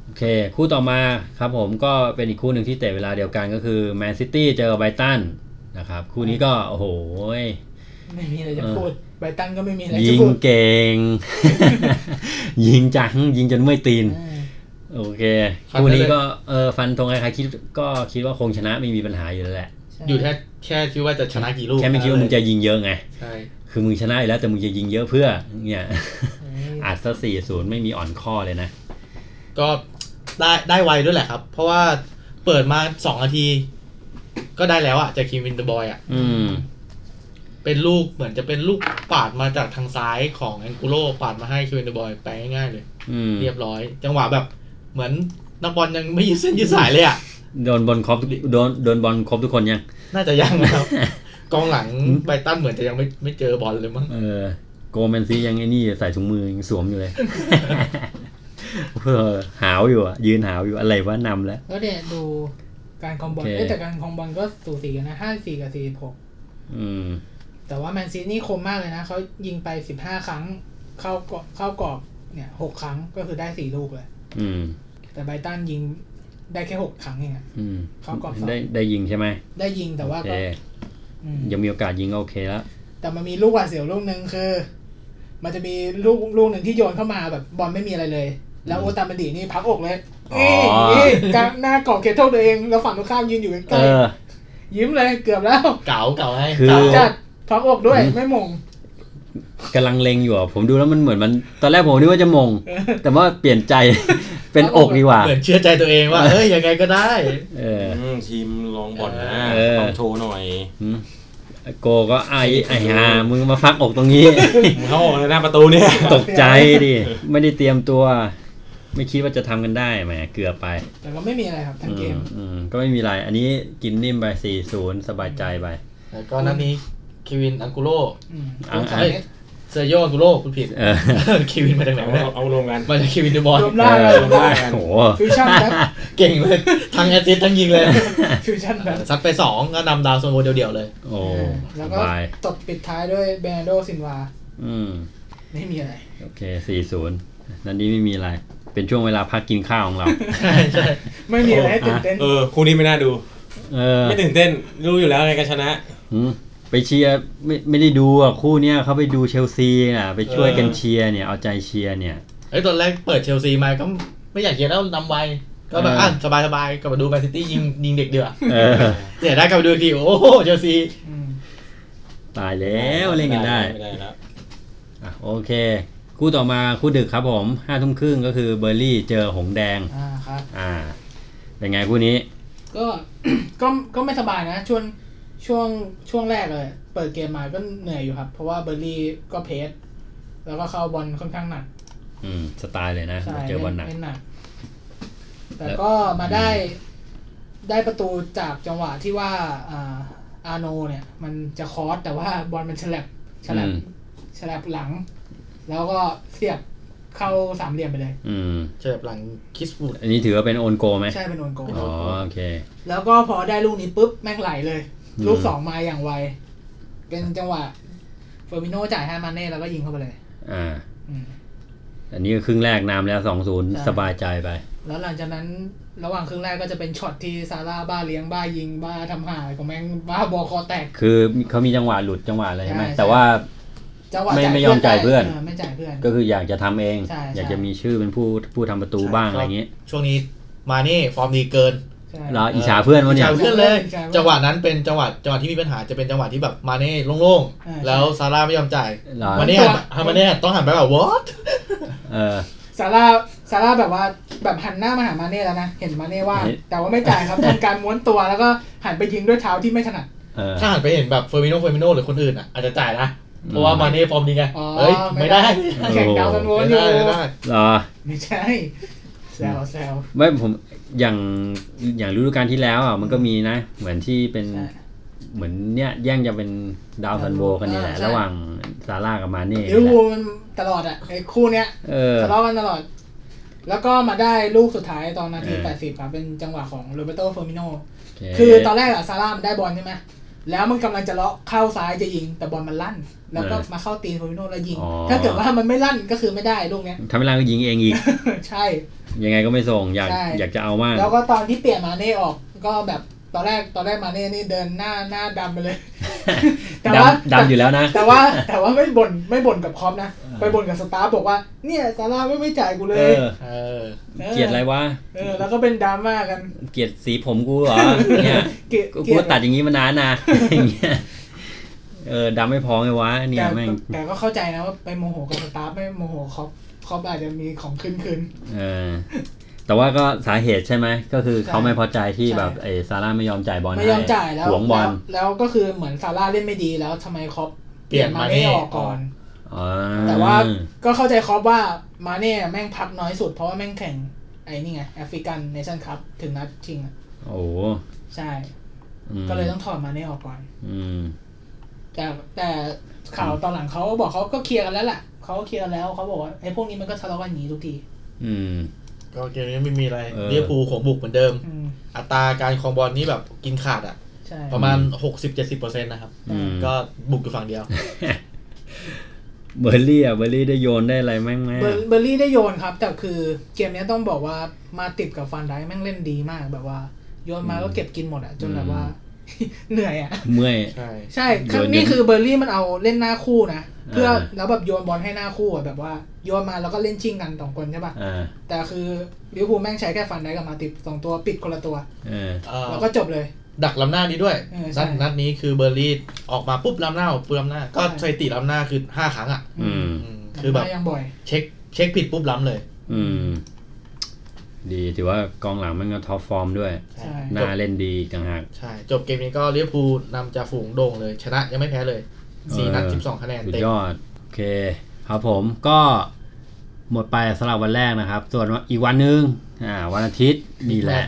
Speaker 1: โอเค คู่ต่อมาครับผมก็เป็นอีกคู่หนึ่งที่เตะเวลาเดียวกันก็คือแมนซิตี้เจอไบรตันนะครับ คู่นี้ก็ โอ้โห
Speaker 2: ไม่มีอะไรจะพูดไบรตันก็ไม่มีอะไรจะ
Speaker 1: ยิง
Speaker 2: พูด
Speaker 1: เก่ง ยิงจัง ยิงจนเมื่อยตีน
Speaker 2: เออ
Speaker 1: โอเค
Speaker 4: ฟัน
Speaker 1: คู่
Speaker 4: ได้เลย
Speaker 1: นี้ก็เออฟันธงใครๆคิดก็คิดว่าคงชนะไม่มีปัญหาอยู่แล้วแหละ
Speaker 2: ใช่
Speaker 4: อยู่แค่แค่คิดว่าจะชนะกี่ลูก
Speaker 1: แค่ไม่คิดว่ามึงจะยิงเยอะไง
Speaker 4: ใช่
Speaker 1: คือมึงชนะอยู่แล้วแต่มึงจะยิงเยอะเพื่อเนี่ย
Speaker 2: เออ
Speaker 1: อาจซะสี่ศูนย์ไม่มีอ่อนข้อเลยนะ
Speaker 4: ก็ได้ได้ไวด้วยแหละครับ เพราะว่าเปิดมาสองนาที ก็ได้แล้วอะจากคิมวินเดอร์บอยอะ
Speaker 1: อืม
Speaker 4: เป็นลูกเหมือนจะเป็นลูกปาดมาจากทางซ้ายของแองกูโลปาดมาให้คิมวินเดอร์บอยไปง่ายๆเลย
Speaker 1: อืม
Speaker 4: เรียบร้อย จังหวะแบบเหมือนนักบอลยังไม่ยืดเส้นยืดสายเลยอะ
Speaker 1: โดนบอลครบโดนโดนบอลครบทุกคนยัง
Speaker 4: น่าจะยัง นะครับ กองหลังไบรตันเหมือนจะยังไม่ไม่เจอบอลเลยมั้ง
Speaker 1: เออโกแมนซียังไอ้นี่ใส่ถุงมือยังสวมอยู่เลย เพื่อหาวอยู่อะยืนหาวอยู่อะไรว่านำแล้ว
Speaker 2: แล้วเนี่ยดูการคอมบอล
Speaker 1: โอเค
Speaker 2: เอ้ยแต่การคอมบอลก็สูสีกันนะห้าสี่กับสี่หก
Speaker 1: อืม
Speaker 2: แต่ว่าแมนซีนี่คมมากเลยนะเขายิงไปสิบห้าครั้ง เข้ากรอบเข้ากรอบเนี่ยหกครั้งก็คือได้สี่ลูกเลย
Speaker 1: อืม
Speaker 2: แต่ไบรตันยิงได้แค่หกครั้งเองอะ
Speaker 1: อืม
Speaker 2: เขากรอบสอง
Speaker 1: ได้ได้ยิงใช่ไหม
Speaker 2: ได้ยิงแต่ว่า
Speaker 1: โอเค
Speaker 2: ก็อืม
Speaker 1: ยังมีโอกาสยิงก็โอเคแล้ว
Speaker 2: แต่มันมีลูกหวาดเสียวลูกหนึ่งคือ มันจะมีลูกลูกหนึ่งที่โยนเข้ามาแบบบอลไม่มีอะไรเลย แล้ว
Speaker 1: อืม
Speaker 2: โอตามันดีนี่พับอกเลย
Speaker 1: อ๋อ
Speaker 2: นี่นี่กลางหน้ากรอบเขตโทษตัวเอง แล้วฝั่งตรงข้ามยืนอยู่ใก
Speaker 1: เอ
Speaker 2: ล้
Speaker 1: อ
Speaker 2: ๆยิ้มเลยเกือบแล้ว
Speaker 4: เก่าเก่าให้
Speaker 1: คือ
Speaker 4: เก๋า
Speaker 2: จัดพับอกด้วย
Speaker 1: อืม
Speaker 2: ไม่มง
Speaker 1: กำลังเลงอยู่อ่ะผมดูแล้วมันเหมือนมัน ตอนแรกผมนึกว่าจะมง
Speaker 2: เออ
Speaker 1: แต่ว่าเปลี่ยนใจ เป็นอกดีกว่า
Speaker 4: เหมือนเชื่อใจตัวเองว่า เอ้ย ยังไงก็ได้
Speaker 1: เออ
Speaker 3: อืมทีมลองบอลนะ
Speaker 1: เออ
Speaker 3: ต้องโชว์หน่อย
Speaker 1: หืมโกก็ไอไอฮามึงมาพักอกตรงนี้
Speaker 3: มึงเข้าออกเลยนะประตูเนี่ย
Speaker 1: ตกใจดิ ไม่ได้เตรียมตัว ไม่คิดว่าจะทำกันได้แหมเกือบไป
Speaker 2: แต่ก็ไม่มีอะไรครับทั้งเกม
Speaker 1: อือืมก็ไม่มีไรอันนี้กินนิ่มไป4ี่ศูนย์สบายใจไป
Speaker 4: แล้วก็นัดนี้เควินอังกุโล
Speaker 2: อืม
Speaker 1: อ่ะ
Speaker 2: สามเมตร
Speaker 4: เซอร์โยอังกุโลคุณผิด
Speaker 1: เออ
Speaker 4: เควินมาจากไหน
Speaker 3: เอา
Speaker 4: วะเนี่ย
Speaker 3: เอาลงกัน
Speaker 4: มาจากเควินเดอะบอล
Speaker 2: รวมล่าง
Speaker 1: เอ
Speaker 2: เลย
Speaker 1: อโอ้โห
Speaker 2: ฟิวชั่นแบบ
Speaker 4: เก่งเลย ทั้งแอสซิสต์ทั้งยิงเลย
Speaker 2: ฟิวชั่นแบบ
Speaker 4: ซัดไปสองก็นำดาวโซนโวเดียวๆเลย
Speaker 1: โอ้
Speaker 2: เออ
Speaker 1: ส
Speaker 2: แล้วก็
Speaker 1: บาย
Speaker 2: ตบปิดท้ายด้วยเบรนโดซินวา
Speaker 1: อืม
Speaker 2: ไม่มีอะไร
Speaker 1: โอเคสี่ศูนย์นั้นนี้ไม่มีอะไร เป็นช่วงเวลาพักกินข้าวของเรา
Speaker 4: ใช่ใช่
Speaker 2: ไม่มีอะไรให้ตื่นเต้น
Speaker 3: เออคู่นี้ไม่น่าดู
Speaker 1: เออ
Speaker 3: ไม่ตื่นเต้น รู้อยู่แล้วไงก็ชนะ
Speaker 1: หืมไปเชียร์ไม่ไม่ได้ดูอ่ะ คู่เนี้ยเขาไปดูเชลซีน่ะ ไปช่วยกัน
Speaker 3: เออ
Speaker 1: เชียร์เนี่ย เอาใจเชียร์เนี่ย
Speaker 4: ไอ้ยตอนแรกเปิดเชลซีมาก็ไม่อยากเชียร์แล้วนำไวก็แบบ
Speaker 1: เอออ่
Speaker 4: อ่ะสบายสบายๆกลับมาดูแมนซิตี้ยิงยิงเด็กเดือด
Speaker 1: เออ
Speaker 4: เดี๋ยวได้กลับมาดูอีกทีโอ้โหเชลซี
Speaker 2: อืม
Speaker 1: ตายแล้วเล่นกันได้
Speaker 3: ม่ได้แล้ว
Speaker 1: อ่ะโอเค คู่ต่อมาคู่ดึกครับผมห้าทุ่มครึ่งก็คือเบอร์รี่เจอหงแดง
Speaker 2: อ่าครับ
Speaker 1: อ่า เป็นไงคู่นี้
Speaker 2: ก็ ก็ก็ไม่สบายนะ ช่วงช่วงช่วงแรกเลย เปิดเกมมาก็เหนื่อยอยู่ครับ เพราะว่าเบอร์ลี่ก็เพสแล้วก็เข้าบอลค่อนข้างหนัก
Speaker 1: อืม สไตล์เลยนะ
Speaker 2: ใช่
Speaker 1: เจอบอลหนัก
Speaker 2: เล่นหนัก แต่ก็มาได้ ได้ประตูจากจังหวะที่ว่าอ่าอาโนเนี่ย มันจะคอสแต่ว่าบอลมันฉลับฉลับ
Speaker 1: อืม
Speaker 2: ฉลับหลัง แล้วก็เสียบเข้าสามเหลี่ยมไปเลย
Speaker 1: อืม
Speaker 4: เจอหลังคิสบูด
Speaker 1: อันนี้ถือว่าเป็นโอนโกไหม
Speaker 2: ใช่เป็นโอนโก
Speaker 1: อ๋อโอเค
Speaker 2: แล้วก็พอได้ลูกนี้ปุ๊บ แม่งไหลเลย
Speaker 1: อืม
Speaker 2: ลูกสองมาอย่างไว เป็นจังหวะเฟอร์มิโน่จ่ายให้มาเน่แล้วก็ยิงเข้าไปเลย
Speaker 1: อ่า
Speaker 2: อืม
Speaker 1: อันนี้ก็ครึ่งแรกนำแล้วสองศูนย์
Speaker 2: ใช่
Speaker 1: สบายใจไป
Speaker 2: แล้วหลังจากนั้นระหว่างครึ่งแรกก็จะเป็นช็อตที่ซาร่าบ้าเลี้ยงบ้ายิงบ้าทำหายของแม่งบ้าบอลคอแตก
Speaker 1: คือเขามีจังหวะหลุดจังหวะอะไรใช่ไหม
Speaker 2: ใช่
Speaker 1: แต่ว่า
Speaker 2: จังหวะ
Speaker 1: ไม่
Speaker 2: จ่าย
Speaker 1: ไม่ยอมจ่ายเพื่อน
Speaker 2: ไม่จ่ายเพื่อน
Speaker 1: ก็คืออยากจะทำเอง
Speaker 2: ใช่ใช่
Speaker 1: อยากจะมีชื่อเป็นผู้ผู้ทำประตู
Speaker 4: ใช่
Speaker 1: บ้างอะไรอย่างเงี้ย
Speaker 4: ช่วงนี้มาเน่ฟอร์มดีเกิน
Speaker 2: ใช่
Speaker 1: เราอิจฉาเพื่อนวะเนี่ย
Speaker 4: จ่ายเพื่อนเลย
Speaker 2: จ่ายเพื่อน
Speaker 4: จังหวะนั้นเป็นจังหวะจังหวะที่มีปัญหาจะเป็นจังหวะที่แบบมาเน่โล่ง
Speaker 2: อ่า
Speaker 4: ๆ แล้วซาร่าไม่ยอมจ่าย
Speaker 1: เหรอ
Speaker 4: มาเน่ฮามาเน่ต้องหันไปแบบ what
Speaker 1: เออ
Speaker 2: ซาร่าซาร่าแบบว่าแบบหันหน้ามาหามาเน่แล้วนะ เห็นมาเน่ว่าง
Speaker 1: เห็น
Speaker 2: แต่ว่าไม่จ่ายครับทำการม้วนตัวแล้วก็หันไปยิงด้วยเท้าที่ไม่ถนัด
Speaker 1: เออ
Speaker 4: ถ้าหันไปเห็นแบบเฟอร์มิโนเฟอร์มิโนหรือคนอื่นอ่ะอาจจะจ่ายนะ
Speaker 1: อืม
Speaker 4: เพราะว่ามาเน่ฟอร์มดีไง
Speaker 2: อ๋อ
Speaker 4: เฮ้ย
Speaker 2: ไม่
Speaker 4: ไม่
Speaker 2: ได้
Speaker 4: ได้
Speaker 2: แข่งเดาวกันม้วน
Speaker 4: ไม่
Speaker 2: อ
Speaker 4: ได้
Speaker 2: ยู่
Speaker 4: ไม่ได้
Speaker 1: เหรอ
Speaker 2: ไม่ใช่ แซวแซว
Speaker 1: ไม่ผมอย่างอย่างฤดูกาลที่แล้วอ่ะมันก็มีนะ เหมือนที่เป็น
Speaker 2: ใช่
Speaker 1: เหมือนเนี่ยแย่งจะเป็นดาวซันโบกันนี่แหละ
Speaker 2: อ่าใช่
Speaker 1: ระหว่างซาร่ากับมาเน่
Speaker 2: ลิเวอร์พูลมันตลอดอ่ะไอ้คู่เนี้ย
Speaker 1: เออ
Speaker 2: ทะเลาะกันตลอด แล้วก็มาได้ลูกสุดท้ายตอนนาที
Speaker 1: เออ
Speaker 2: 80ครับเป็นจังหวะของโรเบโตเฟอร์มิโน
Speaker 1: โเ
Speaker 2: คือตอนแรกอะซาร่ามันได้บอลใช่ไหมแล้วมันกำลังจะเลาะเข้าซ้ายจะยิง แต่บอลมันลั่น แล้วก็
Speaker 1: เออ
Speaker 2: มาเข้าตีนเฟอร์มิโนแล้วยิง
Speaker 1: อ๋อ
Speaker 2: ถ้าเกิดว่ามันไม่ลั่นก็คือไม่ได้ลูกเนี้ย
Speaker 1: ทำเวลาก็ยิงเองอีก
Speaker 2: ใช่
Speaker 1: ยังไงก็ไม่ส่งอยาก
Speaker 2: ใช่
Speaker 1: อยากจะเอามาก
Speaker 2: แล้วก็ตอนที่เปลี่ยนมาเน่ออก ก็แบบตอนแรกตอนแรกมาเน่นี่เดินหน้าหน้าดำไป เลย แต่ว่า
Speaker 1: ดำดำอยู่แล้วนะ
Speaker 2: แต่ว่าแต่ว่าไม่บ่นไม่บ่นกับคอปนะไปบ่นกับสตาฟบอกว่าเนี่ยซาร่าไม่ไม่จ่ายกูเล
Speaker 1: เอย อ
Speaker 4: เออ
Speaker 1: เกลียดอะไรวะ
Speaker 2: เออแล้วก็เป็นดราม่ากัน
Speaker 1: เกลียดสีผมกูเหรอ เนี่ย
Speaker 2: เกลียด
Speaker 1: กู
Speaker 2: เก
Speaker 1: กู
Speaker 2: ลีย
Speaker 1: ตัดอย่างนี้มานานนะ อย่างเงี้ยเออดำไม่พอไงวะ เนี่ย
Speaker 2: แต่
Speaker 1: แม่ง
Speaker 2: แต่ก็เข้าใจนะว่าไปโมโหกับสตาฟไม่โมโหเขาเขาอาจจะมีของขึ้นขึ้น
Speaker 1: เออแต่ว่าก็สาเหตุใช่ไหม ก็คือ
Speaker 2: ใช่
Speaker 1: เขาไม่พอใจที่
Speaker 2: ใช่
Speaker 1: แบบไอ้ซาร่าไม่ยอมจ่ายบอล
Speaker 2: ไม่ยอมจ่ายแล้ว
Speaker 1: หวงบอล
Speaker 2: แวแล้วก็คือเหมือนซาร่าเล่นไม่ดีแล้วทำไมคอป
Speaker 4: เปลี่ยน
Speaker 2: มา
Speaker 4: มา
Speaker 2: เน่
Speaker 4: เน่
Speaker 2: ออกก่อน
Speaker 1: อ๋อ
Speaker 2: แต่ว่าก็เข้าใจคอปว่ามาเน่แม่งพักน้อยสุดเพราะว่าแม่งแข่งไอ้นี่ไงแอฟริกันเนชั่นคัพถึงนัดชิงอะ
Speaker 1: โอ้โห
Speaker 2: ใช่
Speaker 1: อืม
Speaker 2: ก็เลยต้องถอดมาเน่ออกก่อน
Speaker 1: อืม
Speaker 2: แต่แต่ข่าวตอนหลังเขาก็บอกเขาก็เคลียร์กันแล้วแหละเขาก็เคลียร์กันแล้วเขาบอกว่าไอ้พวกนี้มันก็ทะเลาะกันอย่างนี้ทุกที
Speaker 1: อืม
Speaker 4: ก็เกมนี้ไม่มีอะไร
Speaker 1: เออ
Speaker 4: เรียบูลของบุกเหมือนเดิม
Speaker 2: อืม
Speaker 4: อัตราการครองบอลนี่แบบกินขาดอ่ะ
Speaker 2: ใช่
Speaker 4: ประมาณ 60-70%นะครับ
Speaker 1: อืม
Speaker 4: ก็บุกอยู่ฝั่งเดียว
Speaker 1: เบอร์ลี่อ่ะเบอร์ลี่ได้โยนได้อะไรแม่งแม่
Speaker 2: เบอร์เบอร์รี่ได้โยนครับ แต่คือเกมเนี้ยต้องบอกว่ามาติดกับฟันได้แม่งเล่นดีมากแบบว่า โยนมาก็เก็บกินหมดอะจนแบบว่า เหนื่อยอ่ะ
Speaker 1: เมื่อย
Speaker 4: ใช่
Speaker 2: ใช่
Speaker 1: โยน
Speaker 2: ครั้ง
Speaker 1: ยัง
Speaker 2: นี่คือเบอร์รี่มันเอาเล่นหน้าคู่นะ เพื่ออา แล้วแบบโยนบอลให้หน้าคู่อะแบบว่าโยนมาแล้วก็เล่นชิงกันสองคนใช่ป่ะ
Speaker 1: อ่า
Speaker 2: แต่คือลิเวอร์พูลแม่งใช้แค่ฟันได้กับมาติดสองตัวปิดคนละตัว
Speaker 1: เออ
Speaker 4: เอ่อ
Speaker 2: แล้วก็จบเลย
Speaker 4: ดักล้ำหน้านี้ด้วย
Speaker 2: เออใช่
Speaker 4: นัดนัดนี้คือเบอร์ลี่ออกมาปุ๊บล้ำหน้าออกปุ๊บล้ำหน้า ก็
Speaker 2: ใช่
Speaker 4: สถิติล้ำหน้าคือห้าครั้งอ่ะ
Speaker 1: อืม
Speaker 4: อืมคือแบบ
Speaker 2: มายังบ่อย
Speaker 4: เช็คเช็คผิดปุ๊บล้ำเลย
Speaker 1: อืม ดีถือว่ากองหลังมันก็ท็อปฟอร์มด้วย
Speaker 2: ใช่
Speaker 1: หน้าเล่นดีอีกต่างหาก
Speaker 4: ใช่ จบเกมนี้ก็ลิเวอร์พูลนำจ่าฝูงโด่งเลย ชนะยังไม่แพ้เลย สี่
Speaker 1: เออ
Speaker 4: นัด 12 คะแนน
Speaker 1: สุด
Speaker 4: เต็ม
Speaker 1: ยอด โอเค ครับผมก็หมดไปสำหรับวันแรกนะครับ ส่วนอีกวันหนึ่งอ่า วันอาทิตย์นี่แหละ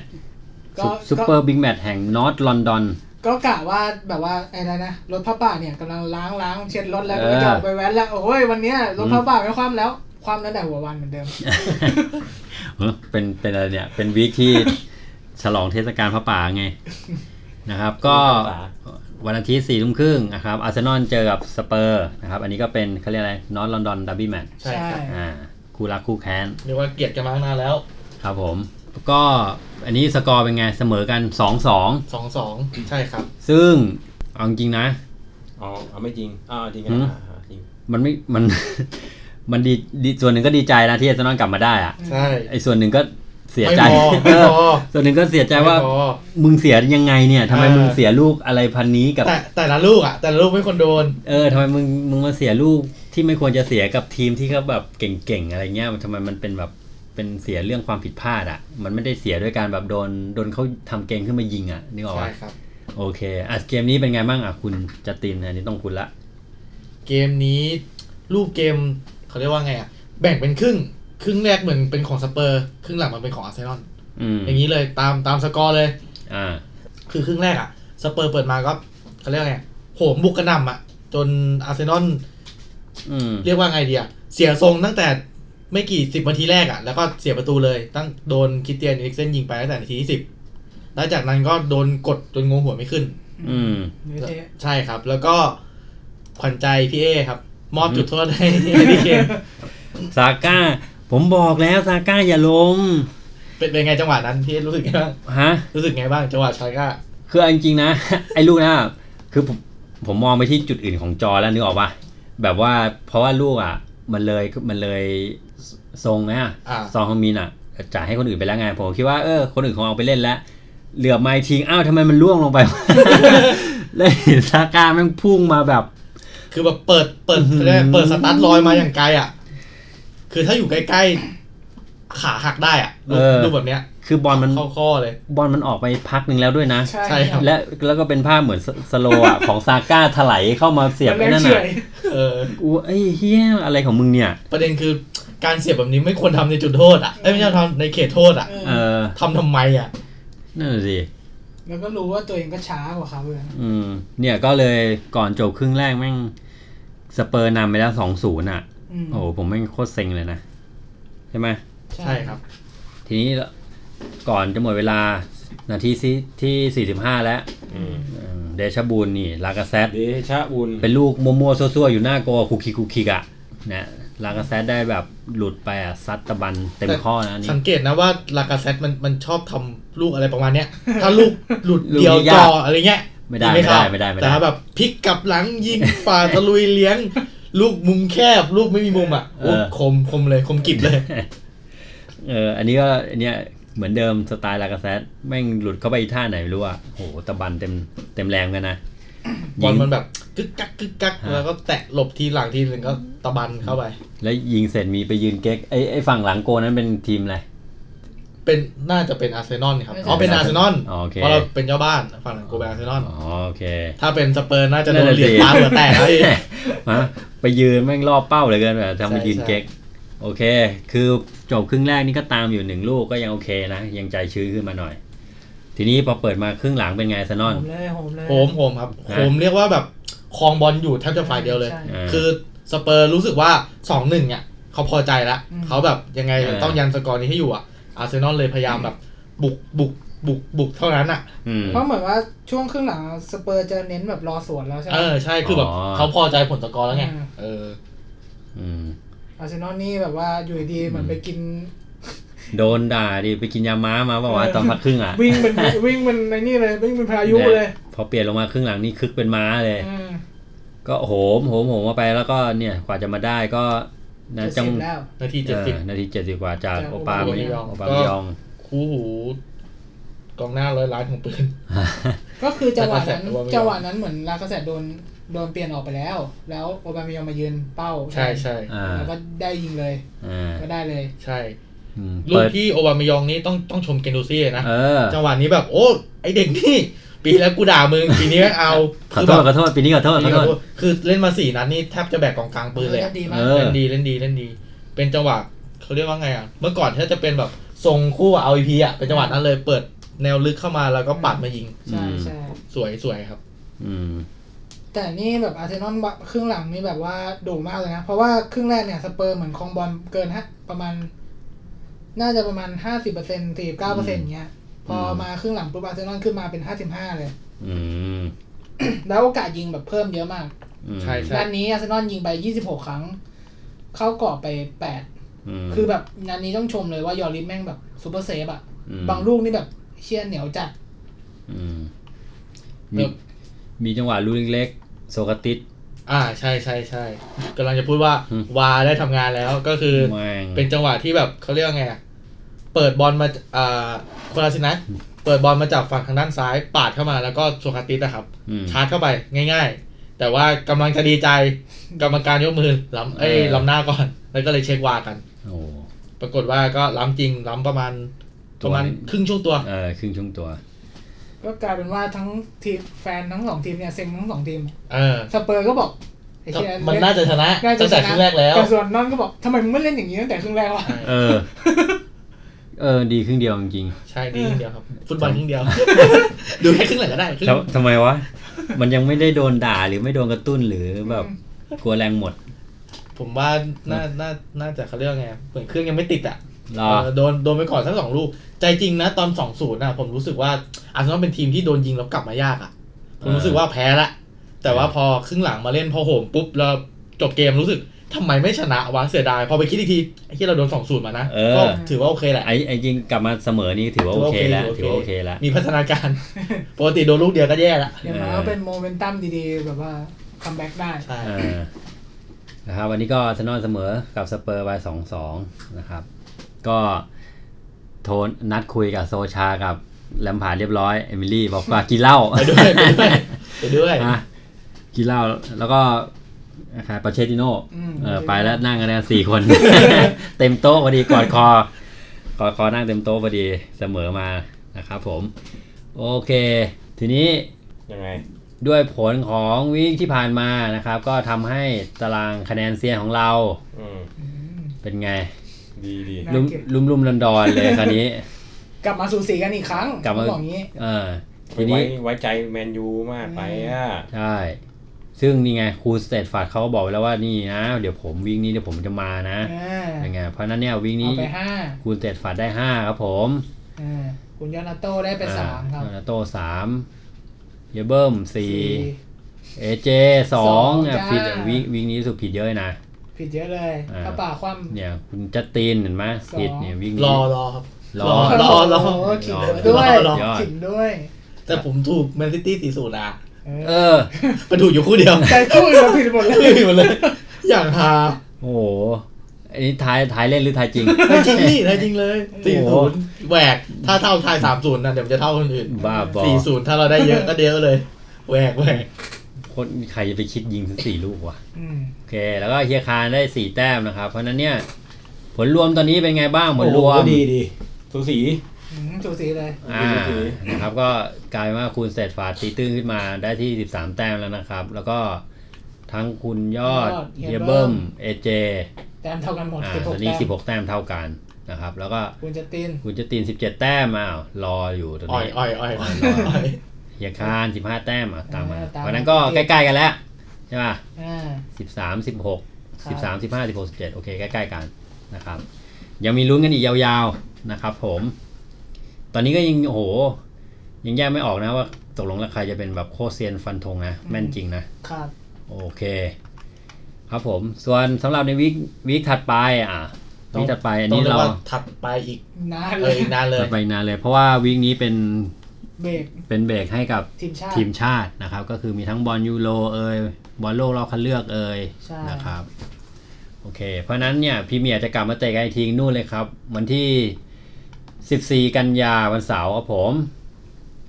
Speaker 2: ก็
Speaker 1: ซุปซุป
Speaker 2: ก็
Speaker 1: เปอร์บิ๊กแมตช์แห่งนอตลอนดอน
Speaker 2: ก็กะว่าแบบว่าไอ้นะนะรถผ้าป่าเนี่ยกำลังล้างล้างเช็ดรถแล้ว
Speaker 1: เอ
Speaker 2: ก็
Speaker 1: อ
Speaker 2: จะออกไปแว้นแล้วโอ้ยวันเนี้ยรถผ้าป่าไม่คว่ำแล้ว คว่ำตั้งแต่หัววันเหมือนเดิม
Speaker 1: เป็นเป็นอะไรเนี่ย เป็นวีคที่ ฉลองเทศกาลพระป่าไง นะครับ ก็
Speaker 3: พระป่า
Speaker 1: วันอาทิตย์สี่ทุ่มครึ่งนะครับอาร์เซนอลเจอกับสเปอร์นะครับ อันนี้ก็เป็นเขาเรียกอะไรนอตลอนดอนดับบี้แมตช์
Speaker 4: ใช่ครับ
Speaker 2: ใช่
Speaker 1: อ่าคู่รักคู่แค้น
Speaker 4: เรียกว่าเกลียดกันมาตั้งนานแล้ว
Speaker 1: ครับผม ก็อันนี้สกอร์เป็นไงเสมอกัน 2
Speaker 4: 2-2 ใช่ครับ
Speaker 1: 2 ซึ่งเอาจริงๆนะ
Speaker 3: อ๋อเอาไม่จริงอ่าจริงกั
Speaker 1: หื
Speaker 3: น
Speaker 1: ม
Speaker 3: อ่าจริง
Speaker 1: มันไม่ มัน มันดีดีส่วนหนึ่งก็ดีใจนะที่อาร์เซนอลกลับมาได้อะ
Speaker 4: ใช่
Speaker 1: ไอ้ส่วนหนึ่งก็เสียใจ
Speaker 4: ไม่พอไม่พอ
Speaker 1: ส่วนหนึ่งก็เสียใจว่า
Speaker 4: ไม่พอ
Speaker 1: มึงเสียยังไงเนี่ยทำไม
Speaker 4: เออ
Speaker 1: มึงเสียลูกอะไรพันนี้กับ
Speaker 4: แต่แต่ละลูกอ่ะ แต่ละลูกไม่คนโดน
Speaker 1: เออทำไมมึงมึงมาเสียลูกที่ไม่ควรจะเสียกับทีมที่เขาแบบเก่งๆอะไรเงี้ยมันทำไมมันเป็นแบบเป็นเสียเรื่องความผิดพลาดอ่ะ มันไม่ได้เสียด้วยการแบบโดนโดนเขาทำเกงขึ้นมายิงอ่ะนึกออก
Speaker 4: ใช่
Speaker 1: ปะ
Speaker 4: ครับ
Speaker 1: โอเค อ่ะเกมนี้เป็นไงบ้างอ่ะคุณจัตินอันนี้ต้องคุณละ
Speaker 4: เกมนี้รูปเกมเขาเรียกว่าไงอ่ะ แบ่งเป็นครึ่ง ครึ่งแรกเหมือนเป็นของสเปอร์ครึ่งหลังมันเป็นของอาร์เซนอล
Speaker 1: อืม
Speaker 4: อย่างนี้เลยตามตามสกอร์เลย
Speaker 1: อ่า
Speaker 4: คือครึ่งแรกอะสเปอร์เปิดมาก็เขาเรียกว่าไงโหมบุกกระหน่ำอะจนอาร์เซนอล
Speaker 1: อืม
Speaker 4: เรียกว่าไงดีอะเสียทรงตั้งแต่ไม่กี่สิบนาทีแรกอะแล้วก็เสียประตูเลย ตั้งโดนคริสเตียนเอริกเซนยิงไปตั้งแต่นาทีที่สิบแล้วจากนั้นก็โดนกดจนงงหัวไม่ขึ้น
Speaker 1: อืม
Speaker 2: นี่เจ๊
Speaker 4: ใช่ครับ แล้วก็ขวัญใจพี่เอครับ มอบจุดโทษให้เอ ริเคน
Speaker 1: ซาก้า ผมบอกแล้วซาก้าอย่าลง
Speaker 4: เป็นเป็นไงจังหวะนั้นพี่เอรู้สึกไงบ้าง
Speaker 1: ฮะ
Speaker 4: รู้สึกไงบ้างจังหวะชาก้า
Speaker 1: คือเอาจริงๆนะ ไอ้ลูกนะคือผมผมมองไปที่จุดอื่นของจอแล้วนึกออกปะแบบว่าเพราะว่าลูกอ่ะ มันเลยมันเลยทรงนะ
Speaker 4: อ่า
Speaker 1: ซองของมินอ่ะ จ่ายให้คนอื่นไปแล้วไง ผมคิดว่าเออคนอื่นคงเอาไปเล่นแล้ว เหลือบไม้ทิ้งอ้าวทำไมมันล่วงลงไปวะ แล้วเห็นซาก้าแม่งพุ่งมาแบบ
Speaker 4: คือแบบเปิดเปิดเขาเรียกว่าเปิดสตาร์ทลอยมาอย่างไกลอะคือถ้าอยู่ใกล้ๆขาหักได้อะรูป
Speaker 1: เออ
Speaker 4: รูปแบบเนี้ย
Speaker 1: คือบอลมัน
Speaker 4: เข้าข้อเลย
Speaker 1: บอลมันออกไปพักหนึ่งแล้วด้วยนะ
Speaker 2: ใช่
Speaker 4: ใช่ครับ
Speaker 1: และแล้วก็เป็นภาพเหมือนสสโลว์อ่ะ ของซาก้าถลายเข้ามาเสียบ
Speaker 2: แร
Speaker 1: ไอ้
Speaker 2: ง
Speaker 1: นั่น
Speaker 2: เฉ
Speaker 1: น่ะ
Speaker 2: ย
Speaker 4: เออ
Speaker 1: อูไอ้เฮียอะไรของมึงเนี่ย
Speaker 4: ประเด็นคือการเสียบแบบนี้ไม่ควรทำในจุดโทษอ่ะเอ้ยไม่ใช่ทำในเขตโทษอ่ะ
Speaker 1: เออ
Speaker 4: ทำทำไมอ่ะ
Speaker 1: นั่นนะสิ
Speaker 2: แล้วก็รู้ว่าตัวเองก็ช้ากว่าเขาเลยนะ
Speaker 1: อืม เนี่ยก็เลยก่อนจบครึ่งแรกแม่ง สเปอร์นำไปแล้วสองศูนย์อ่ะ
Speaker 2: ม
Speaker 1: โอ้โหผมแม่งโคตรเซ็งเลยนะ ใช่ไหม
Speaker 4: ใช่ครับ
Speaker 1: ทีนี้ก่อนจะหมดเวลา นาทีที่ที่สี่สิบห้าแล้ว
Speaker 3: อืม
Speaker 1: อืมเดชะบูลนี่ ลากาแซด
Speaker 3: เดชะบุญ
Speaker 1: เป็นลูกมัวๆซั่วๆอยู่หน้าโกคุกคิกคุกคิกอะนะลากาแซดได้แบบหลุดไปอะซัดตะบันเต็ม
Speaker 4: แต่
Speaker 1: ข้อนะอันนี่
Speaker 4: สังเกตนะว่าลากาเซตมันมันชอบทำลูกอะไรประมาณ เนี้ย ถ้าลูกหลุด
Speaker 1: ลูก
Speaker 4: เดียว
Speaker 1: นี่ยาก
Speaker 4: จ่ออะไรเงี้ย
Speaker 1: ไม่ได้
Speaker 4: ยิง
Speaker 1: ไม่ได้
Speaker 4: เข้า
Speaker 1: ไม่ได้ไม่ได้
Speaker 4: แต่ถ้าแบบพลิกกลับหลังยิง ฝ่าตะลุยเลี้ยง ลูกมุมแคบ ลูกไม่มีมุมอ่ะโอ้คมคมเลยคมกริบ เลย
Speaker 1: เอออันนี้ก็อันเนี้ยเหมือนเดิมสไตล์ลากาแซดแม่งหลุดเข้าไปอีท่าไหนไม่รู้อะโหตะบันเต็มเต็มแรงเหมือนกันนะ
Speaker 4: บอ
Speaker 1: ยิ
Speaker 4: ล
Speaker 1: ง
Speaker 4: มันแบบกึกกักกึกกักแล้วก็แตะหลบทีหลังทีหนึ่งก็ตะบันเข้าไป
Speaker 1: แล้วยิงเสร็จมีไปยืนเก๊กไอ้ไอ้ฝั่งหลังโกนั้นเป็นทีมอะไร
Speaker 4: เป็นน่าจะเป็นอาร์เซนอลครับ อ๋อ เป็นอาร์เซนอล
Speaker 1: อ๋อโอเค
Speaker 4: เพราะเราเป็นเจ้าบ้านฝั่งหลังกูเป็นอาร์เซนอล
Speaker 1: อ๋อโอเค
Speaker 4: ถ้าเป็นสเปอร์น่าจะโดนเหรียญตาหัวแตกแล้วอีก
Speaker 1: ฮะไปยืนแม่งรอบเป้าเหลยเกินแบบทำไป
Speaker 4: ใช่
Speaker 1: ยืน
Speaker 4: ใช่
Speaker 1: เก๊กโอเค คือจบครึ่งแรกนี่ก็ตามอยู่หนึ่งลูกก็ยังโอเคนะ ยังใจชื้นขึ้นมาหน่อย ทีนี้พอเปิดมาครึ่งหลังเป็นไงซาน
Speaker 2: โห
Speaker 1: อน
Speaker 2: มเลยโหมเลย
Speaker 4: โหมโหมครับโหมเรียกว่าแบบคลองบอลอยู่แทบจะฝ่ายเดียวเลย
Speaker 2: ใช่
Speaker 1: เออ
Speaker 4: คือสเปอร์รู้สึกว่า 2-1หนึ่งอ่ะเขาพอใจละ
Speaker 2: อืม
Speaker 4: เขาแบบยังไง
Speaker 1: เออ
Speaker 4: ต้องยันสกอร์นี้ให้อยู่อ่ะ อาร์เซนอลเลยพยายามแบบบุกบุกบุกบุกเท่านั้นอ่ะ
Speaker 1: อืม
Speaker 2: เพราะเหมือนว่าช่วงครึ่งหลังสเปอร์จะเน้นแบบรอสวนแล้วใช่ไหม
Speaker 4: เออใช่คือแบบ
Speaker 1: อ๋อ
Speaker 4: เขาพอใจผลสกอร์แล้วไง
Speaker 2: อืม
Speaker 4: เออ
Speaker 1: อืม
Speaker 2: อาร์เซนอลนี่แบบว่าอยู่ดีๆเหมือนไปกิน
Speaker 1: โดนด่าดิไปกินยาม้ามาเปล่าวะ
Speaker 5: เออ
Speaker 1: ตอนพักครึ่งอ่ะ
Speaker 5: วิ่งเป็นวิ่งเป็นในนี่เลยวิ่งเป็นพายุเลย
Speaker 1: นี่พอเปลี่ยนลงมาครึ่งหลังนี่คึกเป็นม้าเลย
Speaker 5: อืม
Speaker 1: ก็โหมโหมโหมมาไปแล้วก็เนี่ยกว่าจะมาได้ก็นะจัง
Speaker 2: 70แล้ว
Speaker 4: นาที
Speaker 1: เอ
Speaker 4: เจ็ดสิบ
Speaker 1: อนาทีเจ็ดสิบกว่าจาก
Speaker 2: จาก
Speaker 1: โอปา
Speaker 2: โอปา
Speaker 1: ไม
Speaker 4: ไม่ยอม
Speaker 1: โอปาไม่ยอง
Speaker 4: คู่หูกองหน้าร้อยล้านของปืน
Speaker 2: ก็คือจังหวะนั้น
Speaker 4: แต่ก็แสบแต่ว่าไม่ยอม
Speaker 2: จังหวะนั้นเหมือนลากาเซตโดนโดนเปลี่ยนออกไปแล้ว แล้วโอบามายองมายืนเป้า
Speaker 4: ใช่ใช่
Speaker 1: อ่า
Speaker 2: แล้วก็ได้ยิงเลย
Speaker 1: อ่า
Speaker 2: ก็ได้เลย
Speaker 4: ใช่
Speaker 1: อืม
Speaker 4: ลูก
Speaker 1: เปิด
Speaker 4: ที่โอบามายองนี่ต้องต้องชมเกนดูซี่นะ
Speaker 1: เออ
Speaker 4: จังหวะนี้แบบโอ้ไอเด็กนี่ ปีแล้วกูด่า มึง ปีนี้ไม่เอา
Speaker 1: ขอ
Speaker 4: คื
Speaker 1: โท
Speaker 4: แบ
Speaker 1: ษ
Speaker 4: บ
Speaker 1: ขอโทษปีนี้ขอโทษขอ
Speaker 4: ปีนี้
Speaker 1: โท
Speaker 4: ขอ
Speaker 1: ษ
Speaker 4: โทษคือเล่นมาสี่นัดนี่แทบจะแบกกองกลางปืนเลยอะ
Speaker 2: ก็ดีมา
Speaker 1: เอก อ
Speaker 4: เล่นดีเล่นดีเล่นดี เป็นจังหวะเขาเรียกว่าไงอ่ะ เมื่อก่อนถ้าจะเป็นแบบทรงคู่เอาอีพีอ่ะเป็นจังหวะนั้นเลยเปิดแนวลึกเข้ามาแล้วก็ปัดมายิง
Speaker 2: ใช่ใช่
Speaker 4: สวยสวยครับ
Speaker 1: อืม
Speaker 2: แต่นี่แบบอาร์เซนอลครึ่งหลังนี่แบบว่าโด่งมากเลยนะ เพราะว่าครึ่งแรกเนี่ยสเปอร์เหมือนครองบอลเกินฮะประมาณ น่าจะประมาณห้าสิบเปอร์เซ็นต์สี่เก้าเปอร์เซ็นต์เงี้ย พอมาครึ่งหลังปุ๊บอาร์เซนอลขึ้นมาเป็นห้าสิบห้าเลย
Speaker 1: อืม
Speaker 2: แล้วโอกาสยิงแบบเพิ่มเยอะมาก
Speaker 1: อืม
Speaker 4: ใช่ใช่
Speaker 2: ด้านนี้อาร์เซนอลยิงไปยี่สิบหกครั้ง เข้ากรอบไปแปด
Speaker 1: ม
Speaker 2: คือแบบงานนี้ต้องชมเลยว่ายอริสแม่งแบบซูเปอร์เซฟอะ
Speaker 1: อืม
Speaker 2: บางลูกนี่แบบเชี่ยเหนียวจัด
Speaker 1: อืมมีมีจังหวะลูกเล็กๆโซกาติส
Speaker 4: อ่าใช่ใช่ใช่กำลังจะพูดว่า
Speaker 1: อืม
Speaker 4: วาได้ทำงานแล้วก็คือ
Speaker 1: แม่ง
Speaker 4: เป็นจังหวะที่แบบเขาเรียกว่าไงอ่ะ เปิดบอลมาอ่าโคราชินะ เปิดบอลมาจากฝั่งทางด้านซ้ายปาดเข้ามาแล้วก็โซคาติสนะครับ
Speaker 1: อืม
Speaker 4: ชาร์จเข้าไปง่าย ๆ แต่ว่ากำลังจะดีใจกรรมการยกมือล้ำเอ้ย
Speaker 1: เออ
Speaker 4: ล้ำหน้าก่อน แล้วก็เลยเช็ควากัน
Speaker 1: โอ้
Speaker 4: ปรากฏว่าก็ล้ำจริง ล้ำประมาณ
Speaker 1: ตั
Speaker 4: ป
Speaker 1: ว
Speaker 4: ระมาณ
Speaker 1: นิด
Speaker 4: ครึ่งช่วงตัว
Speaker 1: เออครึ่งช่วงตัว
Speaker 2: ก็กลายเป็นว่าทั้งทีมแฟนทั้งสองทีมเนี่ยเซ็งทั้งสองทีม
Speaker 4: เออ
Speaker 2: สเปอร์ก็บอกไอ้เชี่ย
Speaker 4: มันน่าจะชนะ
Speaker 2: น่า
Speaker 4: ตั้งแต่
Speaker 2: ชนะ
Speaker 4: ครึ่งแรกแล้ว
Speaker 2: แต่ส่วนนอนก็บอกทำไมมึงไม่เล่นอย่างนี้ตั้งแต่ครึ่งแรกวะ
Speaker 1: เออ เออ ดีครึ่งเดียวจริง
Speaker 4: ใช่ดีครึ่งเดียวครับฟุตบอล ครึ่งเดียว ดูแค่ครึ่งหลังก็ได้
Speaker 1: ๆ
Speaker 4: ครึ่ง
Speaker 1: แล้วทำไมวะ มันยังไม่ได้โดนด่าหรือไม่โดนกระตุ้นหรือแบบกลัวแรงหมด
Speaker 4: ผมว่าน่าน่าน่าจะเขาเรียกว่าไงเหมือนเครื่องยังไม่ติดอ่ะ
Speaker 1: รอ
Speaker 4: เออโดนโดนไปก่อนทั้งสองลูก ใจจริงนะ ตอนสองศูนย์นะผมรู้สึกว่าอาร์เซนอลเป็นทีมที่โดนยิงแล้วกลับมายากอะ่ะ ผม
Speaker 1: เออ
Speaker 4: รู้สึกว่าแพ้ละ แต่ว่าพอครึ่งหลังมาเล่นพอโหมปุ๊บแล้วจบเกมรู้สึกทำไมไม่ชนะวะเสียดาย พอไปคิดอีกที ไอ้ที่เราโดนสองศูนย์มานะ
Speaker 1: เออ
Speaker 4: ก็ถือว่าโอเคแหละ
Speaker 1: ไอ้ไอ้จริงกลับมาเสมอนี่ถือว่าโอเคแล้ว ถือว่าโอเคแล้ว
Speaker 4: มีพัฒนาการ ปกติโดนลูกเดียวก็แย่ละ
Speaker 2: อย่างน้อยก็เป็นโมเมนตัมดีๆ แบบว่าคัมแบ็กได้
Speaker 4: ใช่
Speaker 1: เออนะครับวันนี้ก็อาร์เซนอลเสมอกับสเปอร์ไปสองสองนะครับ ก็โทนนัดคุยกับโซชากับแลมผาร์ดเรียบร้อย เอมิลี่บอกว่ากินเหล้า
Speaker 4: ไปด้วย ไปด้วยไปด้วย
Speaker 1: อ่ะกินเหล้าแล้วก็ใครปาเชติโน่
Speaker 2: อืม
Speaker 1: เออไปแล้วนั่งกันนะสี่คน เต็มโต๊ะพอดีกอดคอกอดคอนั่งเต็มโต๊ะพอดีเสมอมานะครับผม โอเค ทีนี้
Speaker 3: ยังไง
Speaker 1: ด้วยผลของวีคที่ผ่านมานะครับ ก็ทำให้ตารางคะแนนเซียนของเรา
Speaker 3: อืม
Speaker 2: อืม
Speaker 1: เป็นไง
Speaker 3: ดีดี
Speaker 2: นะ
Speaker 1: ลุ่ม
Speaker 2: เก็บ
Speaker 1: ลุ่มลุ่มดอนดอนๆเลยคราวนี้
Speaker 2: กลับมาสู่สีกันอีกครั้ง
Speaker 1: กลับมา
Speaker 2: ต้องบอกงี้
Speaker 1: เออที
Speaker 3: ไว้
Speaker 1: นี้
Speaker 3: ไว้ใจแมนยูมากไปอ่ะ
Speaker 1: ใช่ ซึ่งนี่ไงครูสเตทฟาดเขาก็บอกไว้แล้วว่านี่นะ เดี๋ยวผมวิ่งนี้เดี๋ยวผมจะมานะ
Speaker 2: อ่า
Speaker 1: ยังไงเพราะฉะนั้นเนี่ยวิ่ง
Speaker 2: เอา
Speaker 1: นี้
Speaker 2: ไปห้า
Speaker 1: ครูสเตทฟาดได้ห้าครับผม
Speaker 2: อ่าคุณยอนาโต้ได้ไปสามครับ
Speaker 1: โนาโต้สามเยเบิ้มสี่
Speaker 2: สี่
Speaker 1: เอเจส
Speaker 2: ส
Speaker 1: อ
Speaker 2: อง ง
Speaker 1: อ่ะ
Speaker 2: จ้า
Speaker 1: ผิดวิ่งวิ่งนี้รู้สุดผิดเยอะเลยนะ
Speaker 2: ผิดเยอะเลย
Speaker 1: อ่า
Speaker 2: ถ้าป่าคว่ำ
Speaker 1: เนี่ยคุณจัตตินเห็นไหม
Speaker 2: สอง
Speaker 1: ผิดเนี่ยวิ่งนี้
Speaker 4: รอรอครับ
Speaker 1: ร
Speaker 4: รอ
Speaker 1: อ
Speaker 4: รอรอ
Speaker 2: โโห ขิงด้วย
Speaker 1: รอรอ
Speaker 2: ขิงด้วย
Speaker 4: แต่ผมถูกแมนซิตี้สี่ศูนย์อ่ะ
Speaker 1: เออ
Speaker 4: มันถูกอยู่คู่เดียว
Speaker 2: แต่คู่อื่นเราผิดหมดเลย
Speaker 4: ไม่มีหมดเลย อย่างฮา
Speaker 1: โอ้โหอันนี้ทายทายเล่นหรือทายจริง
Speaker 4: ไทยจริงนี่ไทยจริงเลย
Speaker 1: โอ้
Speaker 4: สี่
Speaker 1: โห
Speaker 4: ศูนย์แหวก ถ้าเท่าไทยสามศูนย์นะเดี๋ยวมันจะเท่าคนอื่น
Speaker 1: บ้าบอ
Speaker 4: สี่ศูนย์ถ้าเราได้เยอะก็เดียวเลยแหวกแหวก
Speaker 1: คนใครจะไปคิดยิงสักสี่ลูกวะ
Speaker 2: อืม
Speaker 1: โอเค แล้วก็เฮียคารได้สี่แต้มนะครับ เพราะฉะนั้นเนี่ย ผลรวมตอนนี้เป็นไงบ้าง ผลรวม
Speaker 3: โอ้โหดีดีสูสี
Speaker 2: อืมสูสีเลย
Speaker 1: อ่านะครับ ก็กลายเป็นว่าคุณเศษฝาดตีตื้นขึ้นมาได้ที่ 13 แต้มแล้วนะครับ แล้วก็ทั้งคุณยอด
Speaker 2: ยอดเฮีย
Speaker 1: เฮียเบิ้ม
Speaker 2: เบิ้
Speaker 1: เอเจ
Speaker 2: แต้มเท่ากันหมด
Speaker 1: อ่า
Speaker 2: สิบห
Speaker 1: ตอ
Speaker 2: ก
Speaker 1: น
Speaker 2: แต้
Speaker 1: นี้
Speaker 2: ม
Speaker 1: 16 แต้มเท่ากันนะครับ แล้วก็
Speaker 2: คุณจะตีน
Speaker 1: คุณจะตีน 17 แต้มอ้าวรออยู่ตอน
Speaker 4: อ่อย
Speaker 1: นี้
Speaker 4: อ่อยอ่อยอ่อยอ่อย
Speaker 1: เฮียคาร15 แต้มอ่ะตามมาเพราะฉะนั้นก็ใกล้ๆกันแล้วใช่ป่ะ
Speaker 2: อ่า
Speaker 1: สิบสามสิบหก
Speaker 2: ครั
Speaker 1: สิ
Speaker 2: บ
Speaker 1: บสามสิบห้าสิบหกสิบเจ็ดโอเค ใกล้ๆกันนะครับ ยังมีลุ้นกันอีกยาวๆนะครับผม ตอนนี้ก็ยังโอ้โห ยังแยกไม่ออกนะว่าตกลงแล้วใครจะเป็นแบบโคตรเซียนฟันธงนะ แม่นจริงนะ
Speaker 2: ครับ
Speaker 1: โอเค ครับผม ส่วนสำหรับในวิกวิกถัดไปอ่ะ
Speaker 4: ต้อ
Speaker 1: วี
Speaker 4: ง
Speaker 1: คถัดไปอัน
Speaker 4: ต้อง
Speaker 1: นี้
Speaker 4: เรีย
Speaker 1: เรา
Speaker 4: กว่าถัดไปอีก
Speaker 2: นาน
Speaker 4: เล
Speaker 2: เลย ย
Speaker 4: อีกนานเลย
Speaker 1: ถัดไปนานเลย เพราะว่าวีคนี้เป็น
Speaker 2: เบรก
Speaker 1: เป็นเบรกให้กับ
Speaker 2: ทีมชาติ
Speaker 1: ทีมชาตินะครับ ก็คือมีทั้งบอลยูโรเอยบอลโลกรอบคัดเลือกเอย
Speaker 2: ใช่
Speaker 1: นะครับ โอเค เพราะฉะนั้นเนี่ยพรีเมียร์จะกลับมาเตะกันอีกทีนู่นเลยครับ วันที่ 14 กันยาวันเสาร์ครับผม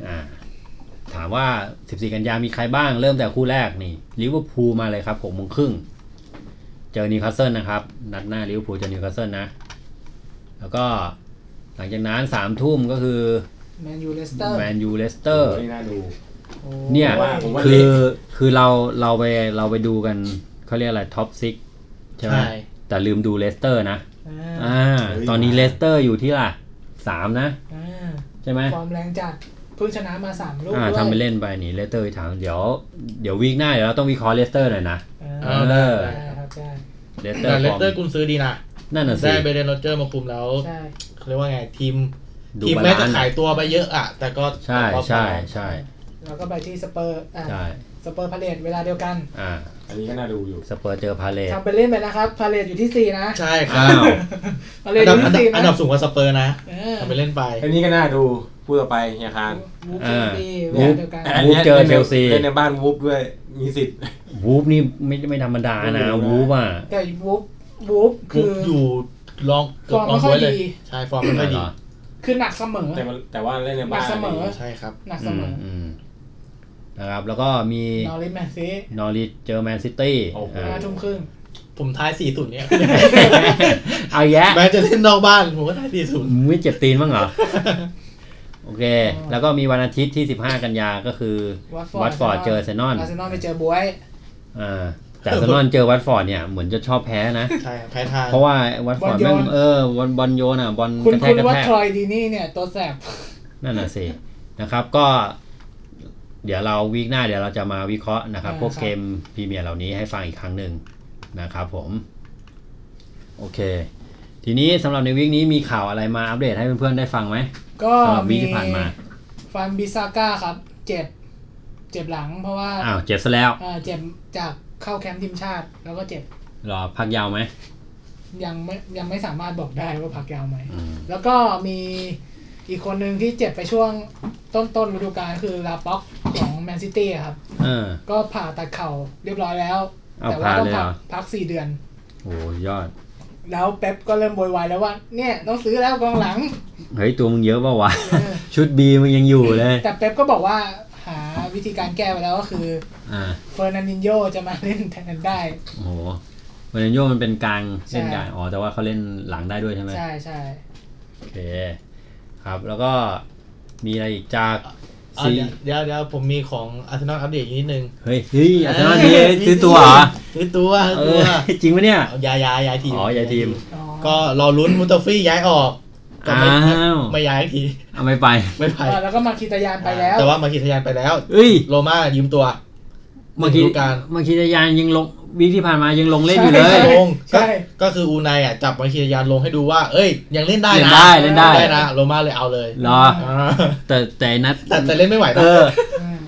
Speaker 1: อ่าถามว่า 14 กันยามีใครบ้างเริ่มแต่คู่แรกนี่ลิเวอร์พูลมาเลยครับหกโมงครึ่งเจอนิวคาสเซิลนะครับ นัดหน้าลิเวอร์พูลเจอนิวคาสเซิลนะ แล้วก็หลังจากนั้นสามทุ่มก็คือ
Speaker 2: แมนยูเลสเตอร์
Speaker 1: แมนยูเลสเตอร์
Speaker 3: ไม่น่าดู
Speaker 1: เนี่ย
Speaker 3: ผมว่าผมว่า
Speaker 1: คือ
Speaker 3: เละ
Speaker 1: คือเราเราไปเราไปดูกันเขาเรียกอะไรท็อปซิกใช่ไหม
Speaker 4: ใช่
Speaker 1: แต่ลืมดูเลสเตอร์นะ
Speaker 2: อ่า
Speaker 1: อ่า ตอนนี้เลสเตอร์อยู่ที่ล่ะสามนะ
Speaker 2: อ่า
Speaker 1: ใช่ไหม
Speaker 2: ความแรงจัดเพิ่งชนะมาสามลูก
Speaker 1: อ่า
Speaker 2: ด้วย
Speaker 1: ทำไปเล่นไปนี่เลสเตอร์ถามเดี๋ยวเดี๋ยววีคหน้าเดี๋ยวเราต้องวิเคราะห์เลสเตอร์หน่อยนะ
Speaker 2: อ่า
Speaker 4: เออได้
Speaker 1: เลสเตอ
Speaker 2: ได้ครับได้
Speaker 4: ได้แต่
Speaker 1: ร์
Speaker 4: เล
Speaker 1: ฟ
Speaker 4: ส
Speaker 1: อร์ม
Speaker 4: เตอร์กุนซื้อดีนะ
Speaker 1: นั่นน่ะสิ
Speaker 4: ได้เบรเดนโรเจอร์มาคุมแล้ว
Speaker 2: ใช่
Speaker 4: เขาเรียกว่าไงทีม
Speaker 1: ดู
Speaker 4: ทีม
Speaker 1: บา
Speaker 4: แม้
Speaker 1: ลา
Speaker 4: จะ
Speaker 1: นซ์
Speaker 4: ขายตัวไปเยอะอะแต่ก็
Speaker 1: ใช่
Speaker 4: แต่ก็
Speaker 1: ใช่ใช่
Speaker 2: แล้วก็ไปที่สเปอร์อ่า
Speaker 1: ใช่
Speaker 2: สเปอร์พาเลตเวลาเดียวกัน
Speaker 1: อ่า
Speaker 3: อันนี้ก็น่าดูอยู่
Speaker 1: สเปอร์เจอพาเลส
Speaker 2: ทำไปเล่นไปนะครับ พาเลตอยู่ที่สี่นะ
Speaker 4: ใช่ครั
Speaker 1: อ้า
Speaker 4: บ
Speaker 1: ว
Speaker 2: พาเลต
Speaker 4: อัน
Speaker 2: อ
Speaker 4: ดับ
Speaker 2: ยู่ที่สี่
Speaker 4: อันดับอั
Speaker 2: นะ
Speaker 4: นดับสูงกว่าสเปอร์นะ
Speaker 2: เออ
Speaker 4: ทำไปเล่นไป
Speaker 3: อันนี้ก็น่าดูพูดต่อไปเฮียคาน
Speaker 2: วูฟ
Speaker 1: เออ
Speaker 2: เชลซีเว
Speaker 1: วูฟ
Speaker 2: ลาเดียวกัน
Speaker 3: แต่นนี้ย
Speaker 1: เจอเชลซี
Speaker 3: เล่นในบ้านวูฟด้วยมีสิทธิ์
Speaker 1: วูฟนี่ไม่ไม่ธรรมดานะวูฟอ่ะ
Speaker 2: แต่วูฟวูฟ
Speaker 4: คื
Speaker 2: คือ อ
Speaker 4: อยู่ลองเกือบ
Speaker 2: ฟ
Speaker 4: ล
Speaker 2: อ
Speaker 4: อ
Speaker 2: ร์ม
Speaker 4: ง
Speaker 2: ไม่ค่
Speaker 4: ไว้
Speaker 2: อย
Speaker 4: เลย
Speaker 2: ดี
Speaker 4: ใช่ฟอร์มไม่ค่อยดี
Speaker 2: คือหนักเสมอ
Speaker 3: แต่ว่าแต่ว่าเล่นในบ้าน
Speaker 2: มาเสมอ
Speaker 4: ใช่ครับ
Speaker 2: หนักเสมอ
Speaker 1: อืมอืมนะครับ แล้วก็มี
Speaker 2: นอริสแมนซี
Speaker 1: นอริเจอแมนซิตี้
Speaker 3: โอ้โห
Speaker 2: ห้าทุ่มครึ่ง
Speaker 4: ผมท้ายสี่ศูนย์เนี่ย
Speaker 1: เอา แยะ
Speaker 4: แม้จะเล่นนอกบ้าน ผมก็ท้ายสี่ศูนย์
Speaker 1: ไม่เจ็บตีนบ้างเหรอ โอเค แล้วก็มีวันอาทิตย์ที่ 15 กันยาก็คือวัตฟอร์ดเจอเซนอน
Speaker 2: อาร์เซนอลไปเจอบวย
Speaker 1: อ่าแต่เซนอนเจอวัตฟอร์ดเนี่ย เหมือนจะชอบแพ้นะ
Speaker 4: ใช่ครับแพ้ทาง
Speaker 1: เพราะว่าวัตฟอร์ด
Speaker 2: บอลโยน
Speaker 1: แม่งเออบอลบอลโยนอ่ะ บอล
Speaker 2: คุณ
Speaker 1: กระแท
Speaker 2: คุ
Speaker 1: ก
Speaker 2: ณ
Speaker 1: กระ
Speaker 2: ว่า
Speaker 1: แทก
Speaker 2: ทรอยดีนี่เนี่ย ตัวแสบ
Speaker 1: นั่นน่ะสินะครับ ก็เดี๋ยวเราวีคหน้าเดี๋ยวเราจะมาวิเคราะห์นะครับ
Speaker 2: อ่า
Speaker 1: พวก
Speaker 2: ครับ
Speaker 1: เกมพรีเมียร์เหล่านี้ให้ฟังอีกครั้งหนึ่งนะครับผม โอเค ทีนี้สำหรับในวีคนี้มีข่าวอะไรมาอัปเดตให้เพื่อนๆได้ฟังไหม
Speaker 2: ก็
Speaker 1: สำหรับวี
Speaker 2: มี
Speaker 1: คที่ผ่านมา
Speaker 2: ฟันบิซาก้าครับ เจ็บ เจ็บหลังเพราะว่า
Speaker 1: อ้าวเจ็บซะแล้ว
Speaker 2: เอ่อเจ็บจากเข้าแคมป์ทีมชาติ แล้วก็เจ็บ
Speaker 1: รอพักยาวไหม
Speaker 2: ยังไม่ยังไม่สามารถบอกได้ว่าพักยาวไหม
Speaker 1: อืม
Speaker 2: แล้วก็มีอีกคนหนึ่งที่เจ็บไปช่วงต้นต้นฤดูกาลคือลาป็อกของแมนซิตี้ครับ
Speaker 1: เออ
Speaker 2: ก็ผ่าตัดเข่าเรียบร้อยแล้ว
Speaker 1: เอา
Speaker 2: แต่ว่าต้อง
Speaker 1: ผ่าเลยเหรอ
Speaker 2: พัพักสี่เดือน
Speaker 1: โอ้ยอด
Speaker 2: แล้วเป๊ปก็เริ่มโวยวายแล้วว่า เนี่ย ต้องซื้อแล้วกองหลั ง
Speaker 1: เฮ้ย ตัวมึงเยอะเปล่าวะ
Speaker 2: เออ
Speaker 1: ชุดบีมึงยังอยู่เลย
Speaker 2: แต่เป๊ปก็บอกว่าหาวิธีการแก้ไปแล้วก็คือ
Speaker 1: อ่า
Speaker 2: เฟอร์นันดินโยจะมาเล่นแทนกันได้
Speaker 1: โอ้โหวาเลนโยมันเป็นกลาง
Speaker 2: ใช่
Speaker 1: เล่นกลางอ๋อแต่ว่าเขาเล่นหลังได้ด้วยใช่ไหม
Speaker 2: ใช่ใช่
Speaker 1: โอเคครับแล้วก็มีอะไรอีกจาก
Speaker 4: อ่ะ
Speaker 1: ซี
Speaker 4: เดี๋ยวเดี๋ยวเดี๋ยวผมมีของอาร์เซนอลอัปเดตอีกนิดนึง
Speaker 1: เฮ้ยเฮ้ยอาร์เซนอลนี่ซื้อตัวเหรอ
Speaker 4: ซื้อตัวซื้อ
Speaker 1: เอ
Speaker 4: ตั
Speaker 1: อ
Speaker 4: ว
Speaker 1: จริงปะเนี่ย
Speaker 4: เอาย้ายย้ายย้ายทีม
Speaker 1: อ๋อย้ายทีม
Speaker 2: อ๋อ
Speaker 4: ก็รอลุ้นมูตฟี่ย้ายออกก็ไม่
Speaker 1: อ้าว
Speaker 4: ไม่ย้ายที
Speaker 1: เอาไม่ไป
Speaker 4: ไม่ไป
Speaker 2: เออแล้วก็มาคีตายานไปแล้ว
Speaker 4: แต่ว่ามาคิดทะยานไปแล้ว
Speaker 1: เอ้ย
Speaker 4: โรม่ายืมตัว
Speaker 1: เมื่อกี้
Speaker 4: ฤดูกาล
Speaker 1: เมื่อกี้ทะยานยังลงวีคที่ผ่านมายังลงเล่นอยู่เลย
Speaker 2: ใช่
Speaker 4: ลงก็
Speaker 2: ใช่
Speaker 4: ก็คืออูไนายอ่ะจับมาคิดทะยานลงให้ดูว่า เอ้ย ยังเล่นได้
Speaker 1: เล่
Speaker 4: นะ
Speaker 1: นได้เล่นได้
Speaker 4: ได้นะโรม่าเลยเอาเลย
Speaker 1: เหรอ
Speaker 4: อ่า
Speaker 1: แต่แต่นัด
Speaker 4: แต่แต่เล่นไม่ไหวนะ
Speaker 1: เออ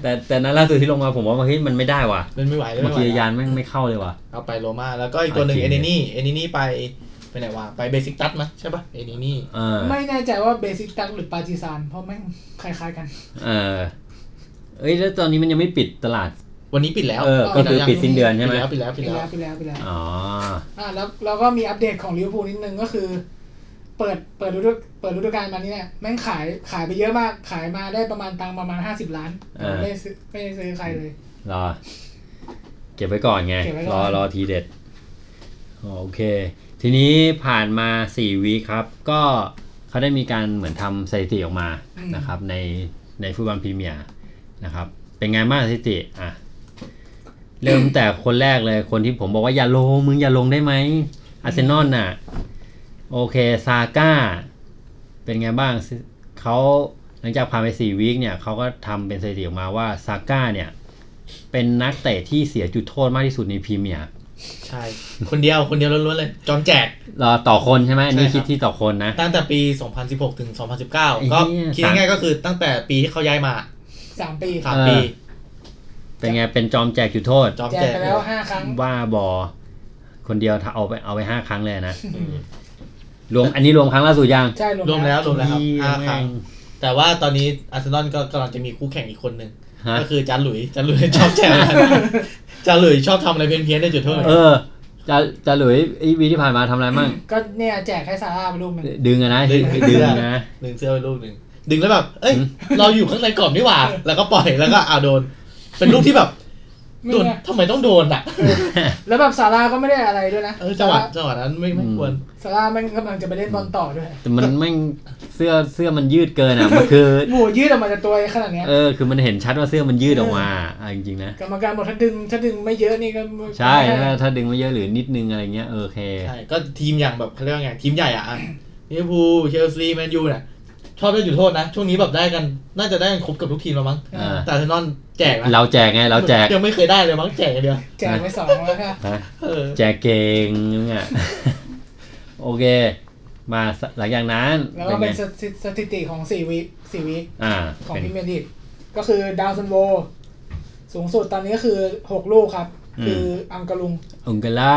Speaker 1: แต่แต่นัดล่าสุดที่ลงมาผมว่าเมื่อกี้มันไม่ได้ว่ะ
Speaker 4: เล่นไม่ไหวเล่น
Speaker 1: เมื่อ
Speaker 4: ไม่ไหว
Speaker 1: กี้ทะยานแม่งไม่เข้าเลยว่ะ
Speaker 4: เอาไปโรมาแล้วก็อีกตัวหนึ่ง
Speaker 1: อ่ะจริ
Speaker 4: เอง เนนี่เอเนนี่ไปไปไหนวะไปเบสิกตัสมั้ยใช่ปะเอเนนี่
Speaker 1: เออ
Speaker 2: ไม่แน่ใจว่าเบสิกตักหรือปาจิซานเพราะแม่งคล้ายๆกัน
Speaker 1: เออเอ้ยแล้วตอนนี้มันยังไม่ปิดตลาด
Speaker 4: วันนี้ปิดแล้ว
Speaker 1: เออก็คือปิดสิ้นเดือนใช่ไหม
Speaker 4: ปิดแล้วปิ
Speaker 2: ไป
Speaker 4: ดแล้วปิด
Speaker 2: แล้
Speaker 4: แล้ว ว
Speaker 2: ไปแล้วไปแล้ว
Speaker 1: อ๋อ
Speaker 2: อ่าแล้วเราก็มีอัปเดตของลิเวอร์พูลนิดนึงก็คือ เปิดเปิดฤดูเปิดฤดูกาลมานี้เนี่ยแม่งขายขายไปเยอะมากขายมาได้ประมาณตังค์ประมาณห้าสิบล้านแต่ไม่ได้ซื้อไม่ได้ซื้อใครเลย
Speaker 1: รอ เก็บไว้ก่อนไง
Speaker 2: เก็บไว้
Speaker 1: ร
Speaker 2: ก่
Speaker 1: อ
Speaker 2: อน
Speaker 1: รอทีเด็ดอ๋อโอเค ทีนี้ผ่านมา4วีคครับ ก็เขาได้มีการเหมือนทำสถิติออกมานะครับ ในในฟุตบอลพรีเมียร์นะครับ เป็นไงบ้างสถิติอ่ะ เริ่มแต่คนแรกเลยคนที่ผมบอกว่าอย่าลง มึงอย่าลงได้ไหมอาร์เซนอลน่ะ โอเค ซาก้า เป็นไงบ้างเขาหลังจากผ่านไป4วีคเนี่ยเขาก็ทำเป็นสถิติออกมาว่าซาก้าเนี่ย เป็นนักเตะที่เสียจุดโทษมากที่สุดในพรีเมียร์
Speaker 4: ใช่คนเดียวคนเดียวล้วนๆเลยจอมแจก
Speaker 1: เราต่อคนใช่ไหมอันนี้
Speaker 4: ใช่ครับ
Speaker 1: คิดที่ต่อคนนะ
Speaker 4: ตั้งแต่ปี 2016 ถึง
Speaker 1: ไอ้
Speaker 4: 2019
Speaker 1: เหี้ย
Speaker 4: ก็คิด
Speaker 1: สาม
Speaker 4: ง่ายๆก็คือตั้งแต่ปีที่เขาย้ายมา
Speaker 2: สามปี
Speaker 4: สามปี
Speaker 1: เป็นไงเป็นจอมแจกจุดโทษ
Speaker 4: จอม
Speaker 2: แจ
Speaker 4: แจ
Speaker 2: ก
Speaker 4: ก
Speaker 2: ไปแล้วห้าครั้ง
Speaker 1: ว่าบอ คนเดียวเอาไปเอาไปห้าครั้งเลยนะ รวมอันนี้รวมครั้งล่าสุดยัง
Speaker 2: ใช่
Speaker 4: รวมแล้วรวมแล้วครับ
Speaker 1: เหี้ย
Speaker 4: ห้าครั้ง
Speaker 1: แม่
Speaker 4: แต่ว่าตอนนี้อาร์เซนอลก็กำลังจะมีคู่แข่งอีกคนหนึ่ง
Speaker 1: ฮะ
Speaker 4: ก็คือจานหลุยจานหลุย ชอบแจวกันจานหลุยชอบทำอะไรเพี้ยนๆในจุดโทษ
Speaker 1: เออจะจะหลุยไอ้วีที่ผ่านมาทำอะไรมั่ง
Speaker 2: ก็เนี่ยแจกให้ซาร่าไปรูปหนึ่ง
Speaker 1: ดึงอะนะดึงอะนะ
Speaker 4: ดึงเสื้อไปลูกหนึ่งดึงแล้วแบบ เอ้ย
Speaker 1: อืม
Speaker 4: เราอยู่ข้างในกรอบนี่หว่า แล้วก็ปล่อยแล้วก็อาโดน เป็นลูกที่แบบ
Speaker 2: ไม่
Speaker 4: โดน
Speaker 2: ไง
Speaker 4: ทำไมต้องโดนอ่ะ
Speaker 2: แล้วแบบซาร่าก็ไม่ได้อะไรด้วยนะ
Speaker 4: เออจังหวะจังหวะนั้นไม่ไม่ควร
Speaker 2: ซาร่าแม่งกำลังจะไปเล่นบอลต่อด้วย
Speaker 1: แต่มันแม่งเสื้อเสื้อมันยืดเกินอ่ะมันคือ
Speaker 2: หมูยืดออกมาจากตัวขนาดเนี้ย
Speaker 1: เออ คือมันเห็นชัดว่าเสื้อมันยืดออกมาอ่ะจริงๆนะ
Speaker 2: กรรมการบอกถ้าดึงถ้าดึงไม่เยอะนี่ก็ไม่
Speaker 1: ใช่
Speaker 2: ไม่
Speaker 1: ถ้า
Speaker 2: ได้
Speaker 1: ถ้าดึงมาเยอะหรือนิดนึงอะไรเงี้ยเออโอเค
Speaker 4: ใช่ ก็ทีมอย่างแบบเขาเรียกว่าไง ทีมใหญ่อ่ะลิเวอร์พูลเชลซีแมนยูเนี่ยชอบได้จุดโทษนะ ช่วงนี้แบบได้กัน น่าจะได้กันครบเกับทุกทีมแล้วมั้ง
Speaker 2: อ่า
Speaker 1: อ่า
Speaker 4: แต่อาร์เซนอลแจกนะ
Speaker 1: เราแจกไง เราแจก
Speaker 4: ยังไม่เคยได้เลยมั้งแจกอย่างเดียว
Speaker 2: แจกไปสองแล้วค่ะ
Speaker 1: ฮะ
Speaker 4: เออ
Speaker 1: แจกเก่งนึงอ่ะ โอเค มาหลังจากนั้น
Speaker 2: แล้วก็
Speaker 1: ไง
Speaker 2: เป็นสถิสถิติของสี่วีคสี่วีค
Speaker 1: อ่า
Speaker 2: ของ
Speaker 1: เป็น
Speaker 2: พิเมยร์ลีกก็คือดาวซันโว สูงสุดตอนนี้ก็คือหกลูกครับ
Speaker 1: อืม
Speaker 2: คืออังกะลุง
Speaker 1: องเกล่า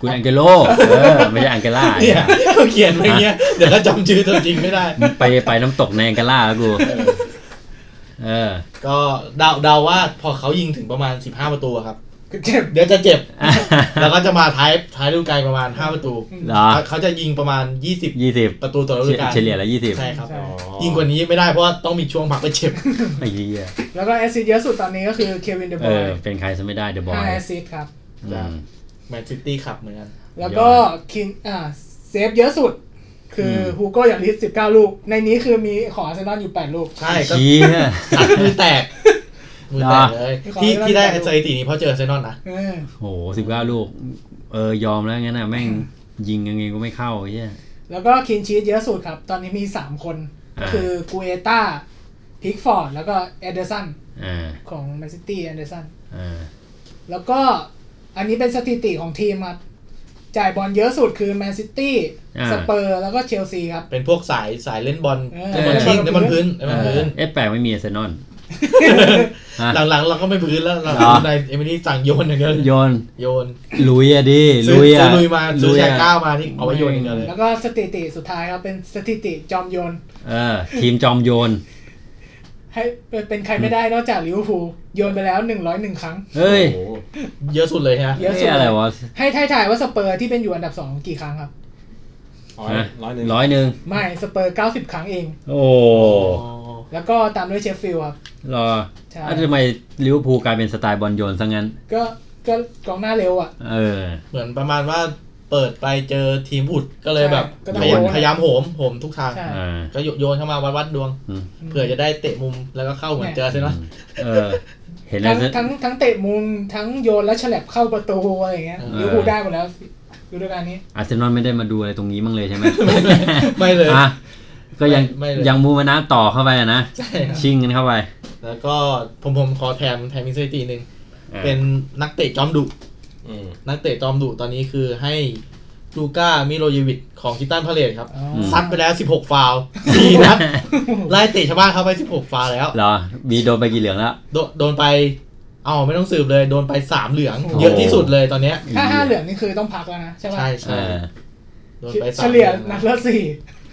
Speaker 1: คุณอังเกโลเออไม่ใช่อังเกล่า
Speaker 4: เนี่ยเขาเขียนไว้เงี้ย เดี๋ยวก็จำชื่อตัวจริงไม่ได้
Speaker 1: ไปไปน้ำตกในอังเกล่าแล้วกู เออ
Speaker 4: ก็เดาเดาว่าพอเขายิงถึงประมาณ 15 ประตูอะครับ
Speaker 2: คือเจ็บ
Speaker 4: เดี๋ยวจะเจ็บ แล้วก็จะมาท้ายท้ายฤดูกาลประมาณ 5 ประตู
Speaker 1: เหรอ
Speaker 4: เขาเขาจะยิงประมาณ
Speaker 1: ยี่สิบ
Speaker 4: 20 ประตูต่อฤดูกาล
Speaker 1: เฉลี่ยละยี่สิบ
Speaker 4: ใช่ครับ
Speaker 2: ใช่
Speaker 3: อ๋อ
Speaker 4: ยิงกว่านี้ไม่ได้เพราะว่าต้องมีช่วงพักไปเจ็บ
Speaker 1: ไอ้เหี้ย
Speaker 2: แล้วก็แอสซิสต์เยอะสุดตอนนี้ก็คือเควินเด
Speaker 1: เออ
Speaker 2: อะบอย
Speaker 1: เป็นใครจะไม่ได้เดอะบอ
Speaker 2: ห้าย แอสซิสต์ครับ
Speaker 1: อืม
Speaker 4: แมนซิตี้ขับเหมือนกัน
Speaker 2: แล้วก็คิงอ่าเซฟเยอะสุด คือ
Speaker 1: ม
Speaker 2: ฮูโก้อย่างลิสสิบเก้าลูก ในนี้คือมีของอาร์เซนอลอยู่แปดลูก
Speaker 4: ใช่ก็
Speaker 1: เหี้ย
Speaker 4: ตัดมือแตก มือแตกเลย
Speaker 2: เหรอ
Speaker 4: ที่ที่ได้สถิตินี้เพราะเจออาร์เซนอนนะ
Speaker 2: เออ
Speaker 1: โหสิบเก้าลูก เออยอมแล้วงั้นน่ะแม่งยิงยังไงก็ไม่เข้าไอ้เฮีย
Speaker 2: แล้วก็คินชีสเยอะสุดครับ ตอนนี้มีสามคน
Speaker 1: อ่า
Speaker 2: คือกูเอต้าพิกฟอร์ดแล้วก็เอเดอร์สัน
Speaker 1: อ่า
Speaker 2: ของแมนซิตี้เอเดอร์สัน
Speaker 1: อ่า
Speaker 2: แล้วก็อันนี้เป็นสถิติของทีมครับ จ่ายบอลเยอะสุดคือแมนซิตี้
Speaker 1: า
Speaker 2: สเปอร์แล้วก็เชลซีครับ
Speaker 4: เป็นพวกสายสายเล่นบอล
Speaker 2: เออ
Speaker 4: เล่นบอลชิงเล่นบอลพื้นเล่นบอล
Speaker 1: เอ
Speaker 4: พื้
Speaker 1: อน เอ๊ะแปลกไม่มีอาร์เซนอนฮะ
Speaker 4: หลังๆเราก็ไม่พื้นแล้วเรา
Speaker 1: เหรอ
Speaker 4: ในเอมิลี่สั่งโยนอย่างเดียวเลย
Speaker 1: โยน
Speaker 4: โยน
Speaker 1: ลุยอะดิ
Speaker 4: ซื้อ
Speaker 1: ลุย
Speaker 4: ซื้
Speaker 1: อะ
Speaker 4: อลุยมาซื้อ
Speaker 1: อะ
Speaker 4: ชายก้าวมานี่เอาไว้โยนอย่างเดียวเลย
Speaker 2: แล้วก็สถิติสุดท้ายครับเป็นสถิติจอมโยน
Speaker 1: เออ ทีมจอมโยน
Speaker 2: ให้เป็นเป็นใครไม่ได้นอกจากลิเวอร์พูลโยนไปแล้ว 101 ครั้ง
Speaker 1: เฮ้ย
Speaker 3: โอ้โห
Speaker 4: เยอะสุดเลยฮะ
Speaker 2: เยอะสุด
Speaker 1: นี่อะไรวะ
Speaker 2: ให้ทายถ่ายว่าสเปอร์ที่เป็นอยู่อันดับ 2 กี่ครั้งครับ
Speaker 3: ร้อย
Speaker 1: ฮะ
Speaker 3: ร้อยหนึ่ง
Speaker 1: ร้อยหนึ่ง
Speaker 2: ไม่สเปอร์ 90 ครั้งเอง
Speaker 1: โอ้
Speaker 2: แล้วก็ตามด้วยเชฟฟิลด์ครับ
Speaker 1: รอ
Speaker 2: ใช่
Speaker 1: แล้วทำไมลิเวอร์พูลกลายเป็นสไตล์บอลโยนซะงั้น
Speaker 2: ก็ก็กองหน้าเร็วอ่ะ
Speaker 1: เออ
Speaker 4: เหมือนประมาณว่าเปิดไปเจอทีมอุดก็เลยแบบ
Speaker 2: ใช่ก็ต้องโยน
Speaker 4: พยายามพยายามโหมโหมทุกทาง
Speaker 2: ใช่
Speaker 1: อ่า
Speaker 4: ก็โยนเข้ามาวัดวัดดวง
Speaker 1: อืม
Speaker 4: เผื่อจะได้เตะมุมแล้วก็เข้าเหมือนเจออาร์เซนอน
Speaker 1: เออ เห็นแล้
Speaker 2: ทั้
Speaker 1: ว
Speaker 2: งทั้งทั้งเตะมุมทั้งโยนและฉลับเข้าประตูอะไรอย่างเงี้ย
Speaker 4: เออ
Speaker 2: ลิเวอร์พูลได้หมดแล้วฤดูกาลนี้
Speaker 1: อาร์เซนอลไม่ได้มาดูอะไรตรงนี้มั้างเลยใช่ไหม
Speaker 4: ไม่เลย
Speaker 1: อ่ะก็ยัง
Speaker 4: ไม่เลย
Speaker 1: ยังมูมานะต่อเข้าไปอะนะ
Speaker 4: ใช่ครับ
Speaker 1: ชิงกันเข้าไป
Speaker 4: แล้วก็ผมผมขอแถมแถมอีกสถิติหนึ่งเป็นนักเตะจอมดุ นักเตะจอมดุตอนนี้คือให้ลูก้ามิโรเยวิชของคิตตันพาเลตครับ
Speaker 2: อ๋อ
Speaker 4: ซัดไปแล้ว 16 ฟาวล์4นัด ไล่เตะชาวบ้านเข้าไป 16 ฟาวล์แล้ว
Speaker 1: เหรอบีโดนไปกี่เหลืองแล้ว
Speaker 4: โดโดนไป เอาไม่ต้องสืบเลย โดนไป 3 เหลือง
Speaker 1: โอ้โห
Speaker 4: เยอะที่สุดเลยตอนเนี้ย
Speaker 2: ถ้าห้าเหลืองนี่คือต้องพักแล้วนะใช่ปหะ
Speaker 4: ใช่ใช่
Speaker 1: เออ
Speaker 4: โดนไปสาม
Speaker 2: เฉลี่ย
Speaker 4: หอง
Speaker 2: นัดละสี่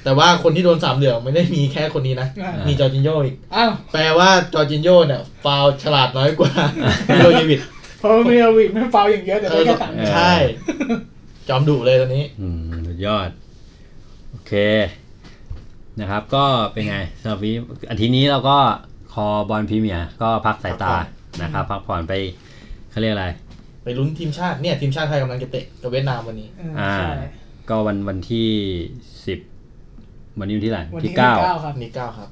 Speaker 4: แต่ว่าคนที่โดน 3 เหลืองไม่ได้มีแค่คนนี้นะ
Speaker 2: อ่ะ
Speaker 4: มีจอร์จินโยอีก
Speaker 2: อ้าว
Speaker 4: แปลว่าจอร์จินโยเนี่ย ฟาวล์ฉลาดน้อย กว่า มิโรเยวิช
Speaker 2: เพราะว่ามิลวิกไม่ฟาวอย่างเยอะแต่
Speaker 4: เอ
Speaker 2: ได้
Speaker 4: อ
Speaker 2: แค่ต่าง
Speaker 4: ใช่ จอมดุเลยตอนนี้
Speaker 1: อืมสุดยอด โอเค นะครับ ก็เป็นไงสำหรับวีอาทิตย์นี้เราก็คอบอลพรีเมียร์ก็พักสายตา
Speaker 4: พักผ่
Speaker 1: นะครับ พักผ่อนไปเขาเรียกอะไร
Speaker 4: ไปลุ้นทีมชาติเนี่ยทีมชาติไทยกำลังจะเตะกับเวียดนามวันนี้
Speaker 2: เออ
Speaker 1: อ่า
Speaker 2: ใช่
Speaker 1: ก็วันวันที่สิบวันนี้วันที่ไหน
Speaker 2: วัน
Speaker 1: ที่
Speaker 2: ที่
Speaker 1: เก้า
Speaker 2: เก้าครับ
Speaker 4: วันนี้เก้าครับ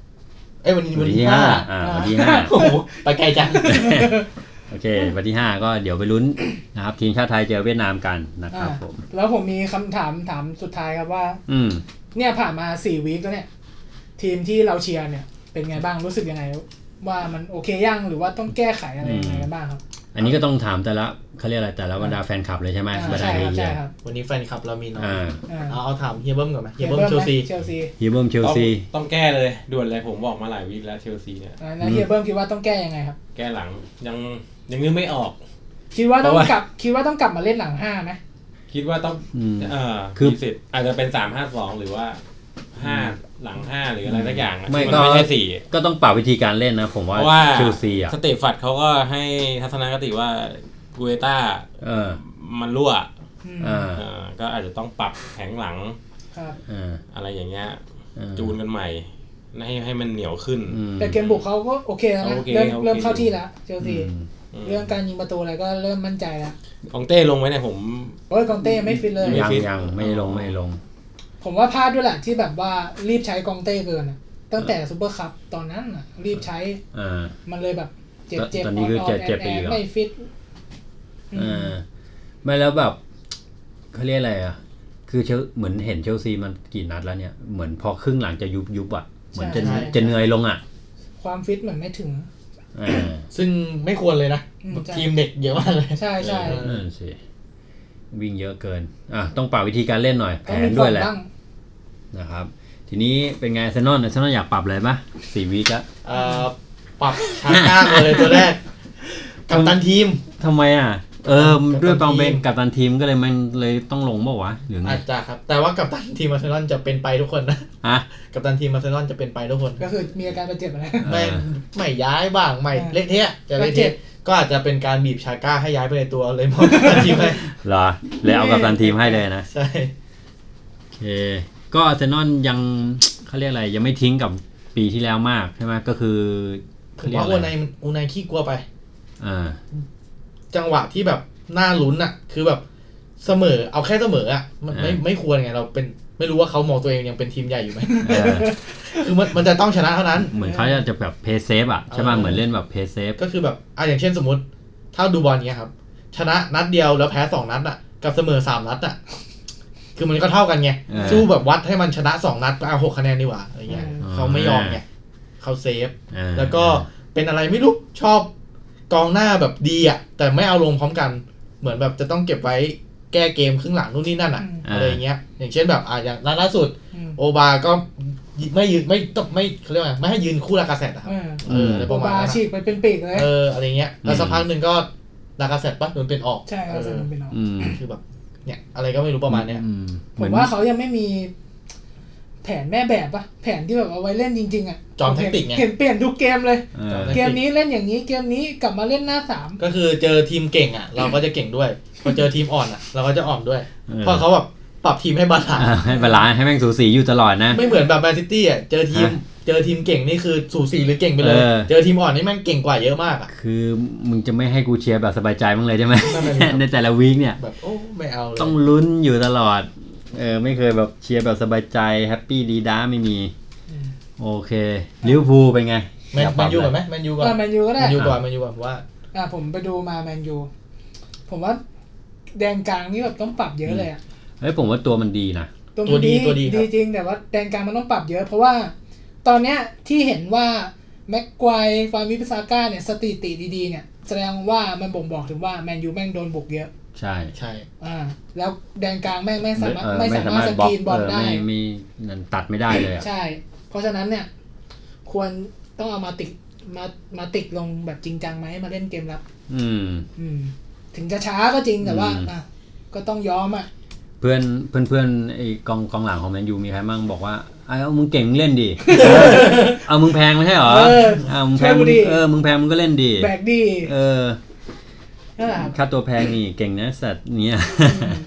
Speaker 4: เอ้ยวันนี้
Speaker 1: วั
Speaker 4: วันน
Speaker 1: ที่
Speaker 4: ที่
Speaker 1: ห้า
Speaker 4: ห้า
Speaker 1: อ่า
Speaker 2: อ่า
Speaker 1: วันที่ห้า
Speaker 4: โอ้โหไปไกลจัง
Speaker 1: โอเค วันที่ 5 ก็เดี๋ยวไปลุ้นนะครับ ทีมชาติไทยเจอเวียดนามกันนะครับผม
Speaker 2: แล้วผมมีคำถามถามสุดท้ายครับว่า
Speaker 1: อืม
Speaker 2: เนี่ยผ่านมาสี่วีคแล้วเนี่ย ทีมที่เราเชียร์เนี่ย เป็นไงบ้างรู้สึกยังไง ว่ามันโอเคยังหรือว่าต้องแก้ไขอะไรยังไงกันบ้างครับ
Speaker 1: อันนี้ก็ต้องถามแต่ละเขาเรียกอะไรแต่ละบรรดาแฟนคลับเลยใช่ไหม
Speaker 2: อ่า
Speaker 1: บรรดา
Speaker 2: ใช่
Speaker 1: เฮี
Speaker 2: ครับใช่
Speaker 1: ย
Speaker 2: ครับ
Speaker 4: วันนี้แฟนคลับเรามีน้อย
Speaker 1: อ่า
Speaker 2: อ่า
Speaker 4: เอาเอาถามเฮียเบิ้มก่อนไหมเฮีย
Speaker 2: เฮีย
Speaker 4: เบิ้
Speaker 2: เบิ้ม
Speaker 4: มเชลซี
Speaker 2: เชลซี
Speaker 1: เฮียเบิร์มเชลซี
Speaker 3: ต้องต้องแก้เลยด่วนเลยผมบอกมาหลายวีคแล้วเชลซีเนี่ย
Speaker 2: อ่าแล้วเฮียเบิ้มคิดว่าต้องแก้ยังไงครับ
Speaker 3: แก้หลังยังยังนึกไม่ออก
Speaker 2: คิดว่าต้อง
Speaker 3: เพราะว่า
Speaker 2: กลับคิดว่าต้องกลับมาเล่นหลังห้าไหม
Speaker 3: คิดว่าต้อง
Speaker 1: อืม
Speaker 3: เออ
Speaker 1: คือ
Speaker 3: มีสิทธิ์อาจจะเป็นสามห้าสองหรือว่าห้าหลังห้าหรืออะไรสักอย่างอะ
Speaker 1: ไม่
Speaker 3: ที่
Speaker 1: ก็
Speaker 3: นไม่ใช่สี่
Speaker 1: ก็ต้องปรับวิธีการเล่นนะ ผมว่า
Speaker 3: เพราะว่า
Speaker 1: เชลซีอ่ะ
Speaker 3: สเตฟัดเขาก็ให้ทัศนคติว่ากูเอต้า
Speaker 1: เออ
Speaker 3: มันรั่ว
Speaker 2: อืม
Speaker 1: อ่า
Speaker 3: เออก็อาจจะต้องปรับแผงหลัง
Speaker 2: ครับ
Speaker 1: อ่า
Speaker 3: อะไรอย่างเงี้ย
Speaker 1: อ่า
Speaker 3: จูนกันใหม่ ให้ให้มันเหนียวขึ้น
Speaker 1: อืม
Speaker 2: แต่เกมบุกเขาก็โอเคแล้วนะ
Speaker 3: โอเค
Speaker 2: เริ่ม
Speaker 3: โอเค
Speaker 2: เริ่มเข้าที่แล้วเชลซี
Speaker 1: อืม
Speaker 2: เรื่องการยิงประตูอะไรก็เริ่มมั่นใจแล้ว
Speaker 3: ของเต้ลงไหมเนี่ยผม
Speaker 2: โอ้ยกองเต้ไม่ฟิตเลย
Speaker 3: ไม่
Speaker 1: ยัง
Speaker 3: ฟิต
Speaker 1: ยังไม่ได้ลงไม่ได้ลง
Speaker 2: ผมว่าพลาดด้วยแหละที่แบบว่ารีบใช้กองเต้เกินอะตั้งแต่ซูเปอร์คัพตอนนั้นน่ะ รีบใช้
Speaker 1: อ่า
Speaker 2: มันเลยแบบเจ็บ
Speaker 1: ตอน
Speaker 2: เจ็บ
Speaker 1: ตอนนี้คือเจ็บๆไปอีกเหรอ
Speaker 2: ไม่ฟิตอืม
Speaker 1: อ่าไม่แล้วแบบเขาเรียกอะไรอ่ะ คือเชลเหมือนเห็นเชลซีมันกี่นัดแล้วเนี่ย เหมือนพอครึ่งหลังจะยุบยุบอ่ะ เหมือนจะ
Speaker 4: ใช่
Speaker 1: จะเหนื่อยลงอ่ะ
Speaker 2: ความฟิตเหมือนไม่ถึง
Speaker 1: อ่า
Speaker 4: ซึ่งไม่ควรเลยนะ
Speaker 2: อืมใช่
Speaker 4: ทีมเด็กเยอะมากเลย
Speaker 2: ใช่ใช่
Speaker 1: นั่นสิวิ่งเยอะเกิน อ่ะต้องปรับวิธีการเล่นหน่อย แผ
Speaker 2: ต้อง
Speaker 1: น
Speaker 2: มี
Speaker 1: ด้
Speaker 2: ผ่
Speaker 1: ว
Speaker 2: อย น
Speaker 1: แหละ
Speaker 2: บ้าง
Speaker 1: นะครับ ทีนี้เป็นไงเซนนอนเซนนอนอยากปรับอะไรปะสี่วีคละ
Speaker 4: เอ่ อปรับชาก้ามาเลยตัวแร ก กัปตันทีม
Speaker 1: ทำไมอ่ะ เออ
Speaker 4: กัปตัน
Speaker 1: ด้วยปองเบน
Speaker 4: ทีม
Speaker 1: กับตันทีมก็เลยมันเลยต้องลงเมื่อวะหรือไง
Speaker 4: อาจจะครับ แต่ว่ากัปตันทีมอาร์เซนอลจะเป็นไปทุกคนนะ
Speaker 1: อ่ะ
Speaker 4: กัปตันทีมอาร์เซนอลจะเป็นไปทุกคน
Speaker 2: ก็คือมีอาการบาดเจ็บอะไร
Speaker 4: ไม่
Speaker 1: อ่า
Speaker 4: ไม่ย้ายบ้างไม่
Speaker 2: อ่า
Speaker 4: เละเทะจะเละ
Speaker 2: เละเทะ
Speaker 4: เทะก็อาจจะเป็นการบีบชาก้าให้ย้ายไปในตัวเลย มองกัปตันทีมไป
Speaker 1: เหรอเลยเอากับตันทีมให้เลยนะ
Speaker 4: ใช่
Speaker 1: โอเคก็อาร์เซนอลยัง เขาเรียกอะไร ยังไม่ทิ้งกับปีที่แล้วมากใช่ไหมก็คือ
Speaker 4: ผ
Speaker 1: เข
Speaker 4: ม
Speaker 1: เรียกอะ
Speaker 4: ว่าอู
Speaker 1: ไร
Speaker 4: นายมันอูนายขี้กลัวไป
Speaker 1: อ่า
Speaker 4: จังหวะที่แบบน่าลุ้นอ่ะ คือแบบเสมอเอาแค่เสมออ่ะมันไม่ไม่ควรไงเราเป็นไม่รู้ว่าเขามองตัวเองยังเป็นทีมใหญ่อยู่ไหม
Speaker 1: เออ
Speaker 4: คือมันมันจะต้องชนะเท่านั้น
Speaker 1: เหมือนเขาจะแบบเพย์เซฟอ่ะใช่ไหม
Speaker 4: เออ
Speaker 1: เหมือนเล่นแบบเพย์เซฟ
Speaker 4: ก็คือแบบอ่ะอย่างเช่นสมมติ ถ้าดูบอลเนี้ยครับ ชนะนัดเดียวแล้วแพ้สองนัดอ่ะ กับเสมอสามนัดอ่ะ คือมันก็เท่ากันไง สู้แบบวัดให้มันชนะสองนัดก็เอาหกคะแนนดีกว่าอะไรเงี้ยเขาไม่ยอมไงเขาเซฟ แล้วก็เป็นอะไรไม่รู้ชอบกองหน้าแบบดีอ่ะ แต่ไม่เอาลงพร้อมกัน เหมือนแบบจะต้องเก็บไว้แก้เกมครึ่งหลังนู่นนี่นั่นอ่ะอะไรเงี้ย อย่างเช่นแบบอ่ะอย่างล่าสุด
Speaker 2: อืม
Speaker 4: โอบาก็ไม่ยืนไม่ต้องไม่เขาเรียกว่าไงไม่ให้ยืนคู่ลากาเซตอะครับ
Speaker 2: เออ
Speaker 4: เอออะไร
Speaker 2: โอ
Speaker 4: ประมาณ
Speaker 2: บา
Speaker 4: นั้น
Speaker 2: ฉี
Speaker 4: อะ
Speaker 2: กไปเป็นปีกเลย
Speaker 4: เอออะไรเงี้ย แล้วสักพักหนึ่งก็ลากาเซตปะโดนเป็นออก
Speaker 2: ใช่
Speaker 4: เอ
Speaker 2: เอาเซน
Speaker 4: อ
Speaker 2: ไปนอน
Speaker 1: อืม
Speaker 4: คือแบบเนี่ยอะไรก็ไม่รู้ประมาณเนี้ย
Speaker 1: อืม
Speaker 2: ผ
Speaker 1: เหมือ
Speaker 2: ม
Speaker 1: น
Speaker 2: ว่าเขายังไม่มี แผนแม่แบบปะแผนที่แบบเอาไว้เล่นจริง ๆ อ่ะ
Speaker 4: จอมแท็กติกไง
Speaker 2: เห็นเปลี่ยนทุกเกมเลย
Speaker 1: เออ
Speaker 2: เกมนี้เล่นอย่างนี้เกมนี้กลับมาเล่นหน้าสาม
Speaker 4: ก็คือเจอทีมเก่งอ่ะ เราก็จะเก่งด้วย พอเจอทีมอ่อนอ่ะ เราก็จะอ่อนด้วย
Speaker 1: เออ
Speaker 4: เพราะเขาแบบปรับทีมให้บาลานซ์
Speaker 1: อ่าให้บาลานซ์ให้แม่งสูสีอยู่ตลอดนะ
Speaker 4: ไม่เหมือนแบบแมนซิตี้อ่ะ เจอทีม
Speaker 1: ฮะ
Speaker 4: เจอทีมเก่งนี่คือสูสีหรือเก่งไปเลย
Speaker 1: เออ
Speaker 4: เจอทีมอ่อนนี่แม่งเก่งกว่าเยอะมากอ่ะ
Speaker 1: คือมึงจะไม่ให้กูเชียร์แบบสบายใจมั้างเลยใช่ไหม
Speaker 4: นั่นแหละครับ
Speaker 1: ในแต่ละวีคเนี่ย
Speaker 4: แบบโอ้ไม่เอาเลย
Speaker 1: ต้องลุ้นอยู่ตลอด เออไม่เคยแบบเชียร์แบบสบายใจแฮปปี้ดีด้าไม่มี โอเคลิเวอร์พูลเป็นไง
Speaker 4: แมน
Speaker 1: อยากป
Speaker 4: แม
Speaker 1: รับ
Speaker 4: นยูก่อน
Speaker 1: ไห
Speaker 4: ไห
Speaker 1: ม
Speaker 4: มแมนยูก่อน
Speaker 2: อ่ะแมนยูก็
Speaker 4: แม
Speaker 2: ได้
Speaker 4: นยูก่อนแมนยูก่อนผมว่า
Speaker 2: อ่ะผมไปดูมาแมนยู ผมว่า แดงกลางนี่แบบต้องปรับเยอะเลยอ่ะ
Speaker 1: เฮ้ยผมว่าตัวมันดีนะ
Speaker 2: มัน
Speaker 4: ตัวดีตัวดีครับ
Speaker 2: ดีจริง แต่ว่าแดงกลางมันต้องปรับเยอะ เพราะว่า ตอนเนี้ยที่เห็นว่าแม็กไกวฟามิพิซาก้าเนี่ยสถิติดีๆ เนี่ย แสดงว่ามันบ่งบอกถึงว่าแมนยูแม่งโดนบุกเยอะ
Speaker 1: ใช่
Speaker 4: ใช่
Speaker 2: อ่า แล้วแดนกลางแม่งไม่สามารถ
Speaker 1: เออ
Speaker 2: ไม่สามารถส
Speaker 1: บล็อก
Speaker 2: กรีนบอล
Speaker 1: เออ
Speaker 2: ได้
Speaker 1: ไม่ไม่นั่นตัดไม่ได้เลยอ่ะ
Speaker 2: ใช่ เพราะฉะนั้นเนี่ย ควรต้องเอามาติกมามาติกลงแบบจริงจังไหมมาเล่นเกมรับ
Speaker 1: อืม
Speaker 2: อืม ถึงจะช้าก็จริงแต่ว่า
Speaker 1: อืม
Speaker 2: อ่ะก็ต้องยอมอ่ะ
Speaker 1: เพื่อนเพื่อนเพื่อนไอ้กองกองหลังของแมนยูมีใครมั่งบอกว่าไอ้เอามึงเก่งมึงเล่นดิ เอามึงแพงไม่ใช่เหรอ
Speaker 2: เออ
Speaker 1: เอามึงแพง
Speaker 2: ใช่กูดิ
Speaker 1: เออมึงแพงมึงก็เล่นดิ
Speaker 2: แบกดี
Speaker 1: เออ
Speaker 2: นั่นแหละครับ
Speaker 1: ค่าตัวแพงนี่เก่งนะสัตว์เนี่ย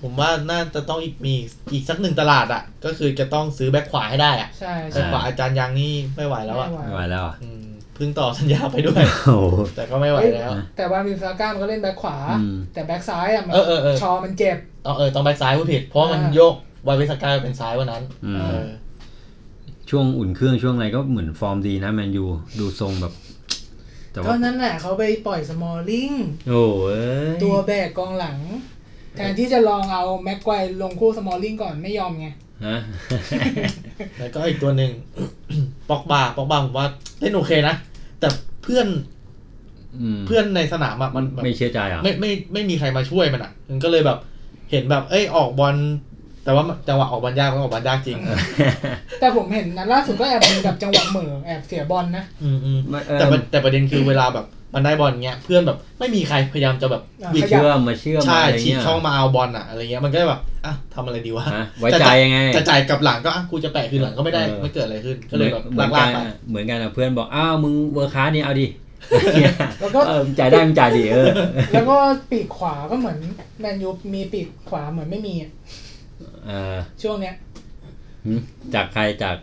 Speaker 4: ผมว่าน่าจะต้องอีกมีอีกสักหนึ่งตลาดอ่ะ ก็คือจะต้องซื้อแบ็คขวาให้ได้อ่ะ
Speaker 2: ใช่
Speaker 1: เ
Speaker 4: แบ็
Speaker 2: ใช่
Speaker 4: คขวาอาจารย์ยังนี่ไม่ไหวแล้วอ่ะ
Speaker 2: ไม่ไหว
Speaker 1: ไม่ไหวแล้วอ่ะ
Speaker 4: อืมเพิ่งต่อสัญญาไปด้วย
Speaker 1: โอ้โห
Speaker 4: แต่ก็ไม่ไหวแล้ว
Speaker 2: แต่ว่ามีซาก้ามันก็เล่นแบ็คขวา
Speaker 1: อืม
Speaker 2: แต่แบ็คซ้ายอ่ะมัน
Speaker 4: เออเออเออ
Speaker 2: ชอมันเจ็บ
Speaker 4: ต้องเออต้องแบ็คซ้ายพูดผิด เพราะว่ามัน
Speaker 2: อ่า
Speaker 4: โยกวายเวสกายเป็นซ้ายวันนั้น
Speaker 1: อืม
Speaker 4: เออ
Speaker 1: ช่วงอุ่นเครื่องช่วงอะไรก็เหมือนฟอร์มดีนะแมนยูดูทรงแบบ แต่
Speaker 2: ก็
Speaker 1: ว่า
Speaker 2: นั่นแหละเขาไปปล่อยสมอลลิง
Speaker 1: โอ้เอ้ย
Speaker 2: ตัวแบกกองหลัง แทนที่จะลองเอาแม็กไกวลงคู่สมอลลิงก่อนไม่ยอมไง
Speaker 1: ฮะ
Speaker 4: แล้วก็อีกตัวหนึ่ง ปอกบาปอกบาผมว่าเล่นโอเคนะแต่เพื่อน
Speaker 1: ม
Speaker 4: เพื่อนในสนามอะมันแบบ
Speaker 1: ไม่เชื่อใจ อ่ะ
Speaker 4: ไม่ไม่ไม่มีใครมาช่วยมันอะมันก็เลยแบบ เห็นแบบเอ้ยออกบอลแต่ว่าจังหวะออกบอลยากก็ออกบอลยากจริง
Speaker 2: แต่ผมเห็นนัดล่าสุดก็แอบมีแบบจังหวะเหม่อแอบเสียบอลนะ
Speaker 4: อืมอืม
Speaker 1: ไม่เออ
Speaker 4: แต่ประแต่ประเด็นคือเวลาแบบ มันได้บอลเงี้ยเพื่อนแบบไม่มีใครพยายามจะแบบ
Speaker 2: อ่ะ
Speaker 1: มา
Speaker 4: บิด
Speaker 1: เชื่อมมาเชื่อม
Speaker 4: ใช่
Speaker 1: อะไร
Speaker 4: ฉีก
Speaker 1: เงี้ย
Speaker 4: ช่องมาเอาบอลอ่ะอะไรเงี้ยมันก็แบบอ่ะทำอะไรดีวะ
Speaker 1: นะไว้ใจยังไง
Speaker 4: จะจ่ายกลับหลังก็อ่ะกูจะแปะคืนหลังก็ไม่ได้
Speaker 1: เออ
Speaker 4: ไม่เกิดอะไรขึ้นก็
Speaker 1: เห
Speaker 4: เล
Speaker 1: มือย น
Speaker 4: แบบ
Speaker 1: เหมือนกั
Speaker 4: ลาน กๆไป
Speaker 1: อะเหมือนกันอะเพื่อนบอกอ้าวมึงเวอร์คคลาสนี่เอาดิเนี่ย
Speaker 2: แล้วก็
Speaker 1: เออมึงจ่ายได้มึงจ่ายดิเออ
Speaker 2: แล้วก็ปีกขวาก็เหมือนแมนยูมีปีกขวาเหมือนไม่มีอะ
Speaker 1: เออ
Speaker 2: ช่วงเนี้ย
Speaker 1: หึจากใครจาก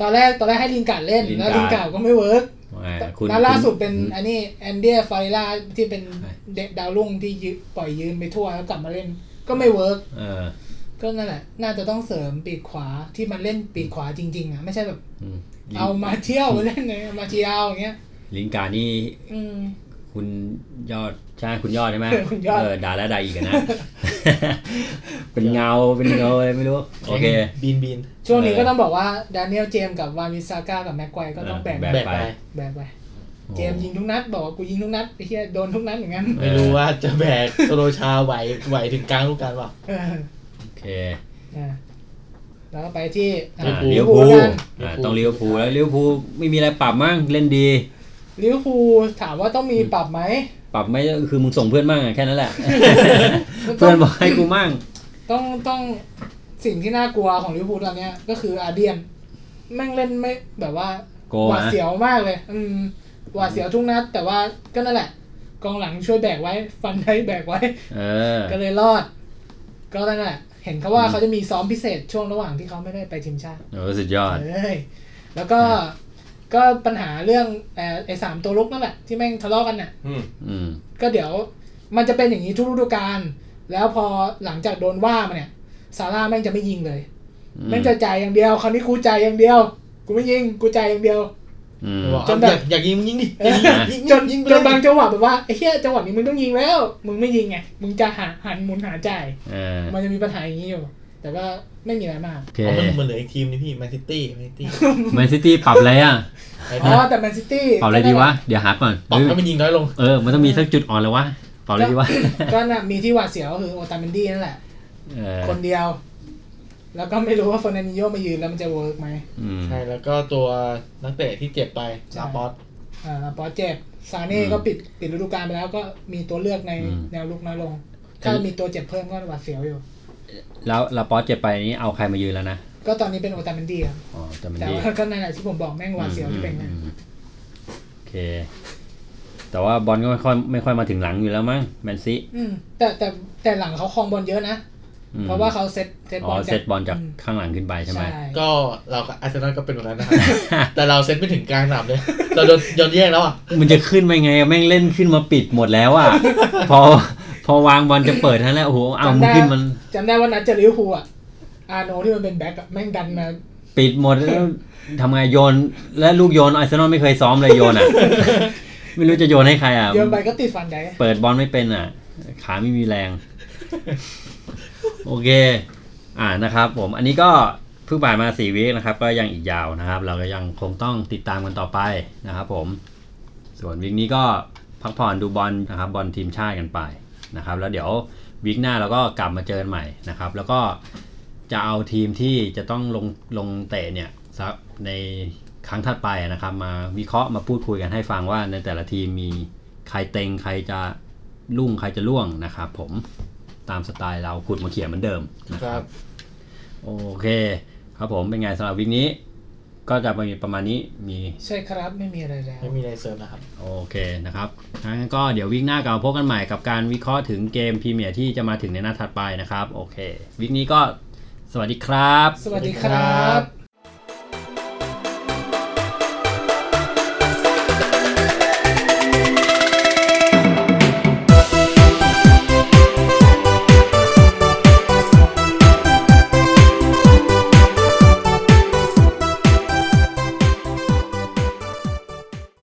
Speaker 2: ตอนแรกตอนแรกให้ลินการ์ดเล่น
Speaker 1: ลินการ์ด
Speaker 2: แล้วลินการ์ดก็ไม่เวิร์ก
Speaker 1: อ่าคุณ
Speaker 2: นัดล่าสุด
Speaker 1: คุณ
Speaker 2: เป็นอันนี้แอนเดียฟาริล่าที่เป็น
Speaker 1: ใช่
Speaker 2: เด็กดาวรุ่งที่ยืปล่อยยืมไปทั่วแล้วกลับมาเล่น ก็ไม่เวิร์ก
Speaker 1: เออ
Speaker 2: ก็นั่นแหละ น่าจะต้องเสริมปีกขวาที่มันเล่นปีกขวาจริงๆอ่ะไม่ใช่แบบ
Speaker 1: อืม
Speaker 2: เอามาเที่ยวมาเล่นเลยมาเที่ยวอย่างเงี้ย
Speaker 1: ลิงการดนี่
Speaker 2: อืม
Speaker 1: คุณยอดใช่คุณยอดใช่ไหม
Speaker 2: คุณยอด
Speaker 1: เออด่าแล้วด่าอีกอะ นะ เป็นเงาเป็นเงาอะไรไม่รู้ โอเค
Speaker 4: บินบิน
Speaker 2: ช่วงนี้
Speaker 1: เออ
Speaker 2: ก็ต้องบอกว่าดานิเอลเจมส์กับวานิซาก้ากับแม็กไกวก็ต้อง
Speaker 1: เออ
Speaker 2: แบ่ง
Speaker 1: แบ่
Speaker 2: แบ
Speaker 1: ก ง
Speaker 4: แบก
Speaker 1: ไป
Speaker 4: ไป
Speaker 2: กไปเจมส์ยิงทุกนัด บอกว่ากูยิงทุกนัดไอ้เหี้ยโดนทุกนัดอย่างนั้น
Speaker 1: เออ
Speaker 4: ไม่รู้ว่าจะแบกโซโลชาไหวไหวถึงกลางลูกการเปล่า
Speaker 2: เออ
Speaker 1: โอเค
Speaker 2: อ่ะแล้วก็ไปที่อ่ะ
Speaker 1: อ่า
Speaker 4: ลิ
Speaker 1: ลิเว
Speaker 4: เว
Speaker 1: อร์
Speaker 4: อร์พู
Speaker 1: พู
Speaker 4: ล
Speaker 1: ล
Speaker 4: ลิเวอร์พูล
Speaker 1: อ่าต้องลิเวอร์พูลแล้วลิเวอร์พูลไม่มีอะไรปรับมั้งเล่นดี
Speaker 2: ลิเวอร์พูลถามว่าต้องมีปรับไหม
Speaker 1: ปรับไม่คือมึงส่งเพื่อนมั่งอะแค่นั้นแหละ เพื่อนบอกให้กูมั่ง
Speaker 2: ต้องต้องสิ่งที่น่ากลัวของลิเวอร์พูลตอนเนี้ย ก็คืออาเดียน แม่งเล่นไม่แบบว่า
Speaker 1: โกงอะ
Speaker 2: หวาดเสียวมากเลย อืมหวาดเสียวทุกนัด แต่ว่าก็นั่นแหละ กองหลังช่วยแบกไว้ ฟันได้แบกไว้
Speaker 1: เออ
Speaker 2: ก็เลยรอด ก็นั่นแหละ เห็นเขาว่าเขาจะมีซ้อมพิเศษช่วงระหว่างที่เขาไม่ได้ไปทีมชาติ
Speaker 1: โอ้สุดยอด
Speaker 2: เอ้ยแล้วก็ก็ปัญหาเรื่องเอ่อไอ้สามตัวลุกนั่นแหละที่แม่งทะเลาะกันน่ะ
Speaker 3: อืม
Speaker 1: อืม
Speaker 2: ก็เดี๋ยวมันจะเป็นอย่างนี้ทุกฤดูกาล แล้วพอหลังจากโดนว่ามาเนี่ย ซาร่าแม่งจะไม่ยิงเลย
Speaker 1: อืม
Speaker 2: แม่งจะจ่ายอย่างเดียว คราวนี้กูจ่ายอย่างเดียว กูไม่ยิง กูจ่ายอย่างเดียว
Speaker 1: อืม
Speaker 4: บอก
Speaker 2: จ
Speaker 4: เอา
Speaker 2: น
Speaker 4: อ
Speaker 2: แบบ
Speaker 4: ยากอยากยิงมึงยิงดิ
Speaker 2: เออ
Speaker 4: ยิงดิยิง
Speaker 2: จน
Speaker 4: ยิงไป
Speaker 2: จ
Speaker 4: เล
Speaker 2: นบาง
Speaker 4: ย
Speaker 2: จังหวะแบบว่าไอ้เหี้ยจังหวะนี้มึงต้องยิงแล้ว มึงไม่ยิงไง มึงจะหาหันหมุนหาจ่าย
Speaker 1: เออ
Speaker 2: มันจะมีปัญหาอย่างนี้อยู่ แต่ก็ไม่มีอะไรมาก
Speaker 1: โอเค
Speaker 4: เอามันมันเหลืออีกทีมนี่พี่แมนซิตี้แมนซิตี้
Speaker 1: แมนซิตี้ปรับอะไรอ่ะ
Speaker 2: อ๋อ แต่แมนซิตี้
Speaker 1: ปรับอะไรดีวะ เดี๋ยวหาก่อน
Speaker 4: ปรับ
Speaker 1: เฮ้ย
Speaker 4: ให้มันยิงน้อยลง
Speaker 1: เออ มันต้องมีสักจุดอ่อนเลยวะปรับอะไรดีวะ
Speaker 2: ก็น่ะมีที่หวาดเสียวก็คือโอตาเมนดี้นั่นแหละ
Speaker 1: เออ
Speaker 2: คนเดียว แล้วก็ไม่รู้ว่าเฟอร์นันดินโยมายืนแล้วมันจะเวิร์กไหม
Speaker 1: อืม
Speaker 4: ใช่ แล้วก็ตัวนักเตะที่เจ็บไป
Speaker 2: ใช่
Speaker 4: ลาปอส
Speaker 2: อ่าลาปอร์ตเจ็บซาเน่
Speaker 1: อืม
Speaker 2: ก็ปิดปิดฤดูกาลไปแล้วก็มีตัวเลือกใน
Speaker 1: อืม
Speaker 2: แนวลุกน้อยลง ถ้ามีตัวเจ็บเพิ่มก็หวาดเสียวอยู่
Speaker 1: แล้วลาปอสเจ็บไปนี้เอาใครมายืนแล้วนะ
Speaker 2: ก็ตอนนี้เป็นโอตาเมนดี้ครับ
Speaker 1: อ๋อแต่มัน
Speaker 2: แต่
Speaker 1: ดี
Speaker 2: ว่าก็นั่นแหละที่ผมบอกแม่งหวาดเสียวที่เป็นไง
Speaker 1: อืมอืมโอเค แต่ว่าบอลก็ไม่ค่อยไม่ค่อยมาถึงหลังอยู่แล้วมั้งแมนซี
Speaker 2: อืมแต่แต่แต่หลังเขาครองบอลเยอะนะ
Speaker 1: อืม
Speaker 2: เพราะว่าเขาเซตเซต
Speaker 1: อ๋
Speaker 2: บ
Speaker 1: อ
Speaker 2: อล
Speaker 1: เซตบอลจากข้างหลังขึ้นไป
Speaker 2: ใช่
Speaker 1: ใช่ไห
Speaker 2: ไห
Speaker 1: ม
Speaker 2: ม
Speaker 4: ก็เราก็อาร์เซนอลก็เป็นแบบนั้นนะครับ แต่เราเซ็ตไม่ถึงกลางสนามเลย เราโดนโดนแย่งแล้วอ่ะ
Speaker 1: มันจะขึ้นไปไงแม่งเล่นขึ้นมาปิดหมดแล้วอ่ะ พอ พอวางบอลจะเปิดเท่านั้นแหล้วโอ้โหเอามึงขึ้นมัน
Speaker 2: จำได้ว่านัดเจอลิเวอร์พูลอะอาร์โนที่มันเป็นแบ็คอะแม่งดันมา
Speaker 1: ปิดหมดแล้วทำไงโยน และลูกโยนอาร์เซนอลไม่เคยซ้อมเลยโยนอ่ะ ไม่รู้จะโยนให้ใครอ่ะ
Speaker 2: เยอะไปก็ติดฟันได้
Speaker 1: เปิดบอลไม่เป็นอ่ะ ขาไม่มีแรง โอเค อ่านะครับ ผมอันนี้ก็เพิ่งผ่านมาสี่วีคนะครับ ก็ยังอีกยาวนะครับ เราก็ยังคงต้องติดตามกันต่อไปนะครับ ผม ส่วนวีคนี้ก็พักผ่อนดูบอลนะครับ บอลทีมชาติกันไปนะครับ แล้วเดี๋ยววีคหน้าเราก็กลับมาเจอกันใหม่นะครับ แล้วก็จะเอาทีมที่จะต้องลงลงเตะเนี่ยสักในครั้งถัดไปนะครับ มาวิเคราะห์มาพูดคุยกันให้ฟังว่าในแต่ละทีมมีใครเต็งใครจะรุ่งใครจะร่วงนะครับ ผมตามสไตล์เราขุดมาเขียนเหมือนเดิมนะค
Speaker 4: ครั
Speaker 1: รับ
Speaker 4: บ
Speaker 1: โอเค ครับผมเป็นไงสำหรับวิกนี้ ก็จะมีประมาณนี้มี
Speaker 2: ใช่ครับไม่มีอะไรแล้ว
Speaker 4: ไม่มีอะไรเสริมนะครับ
Speaker 1: โอเคนะครับงั้นก็เดี๋ยววิกหน้ากลับมาพบกันใหม่กับการวิเคราะห์ถึงเกมพรีเมียร์ที่จะมาถึงในหน้าถัดไปนะครับ โอเค วิกนี้ก็สวัสดีครับ
Speaker 2: สวัสดีครับ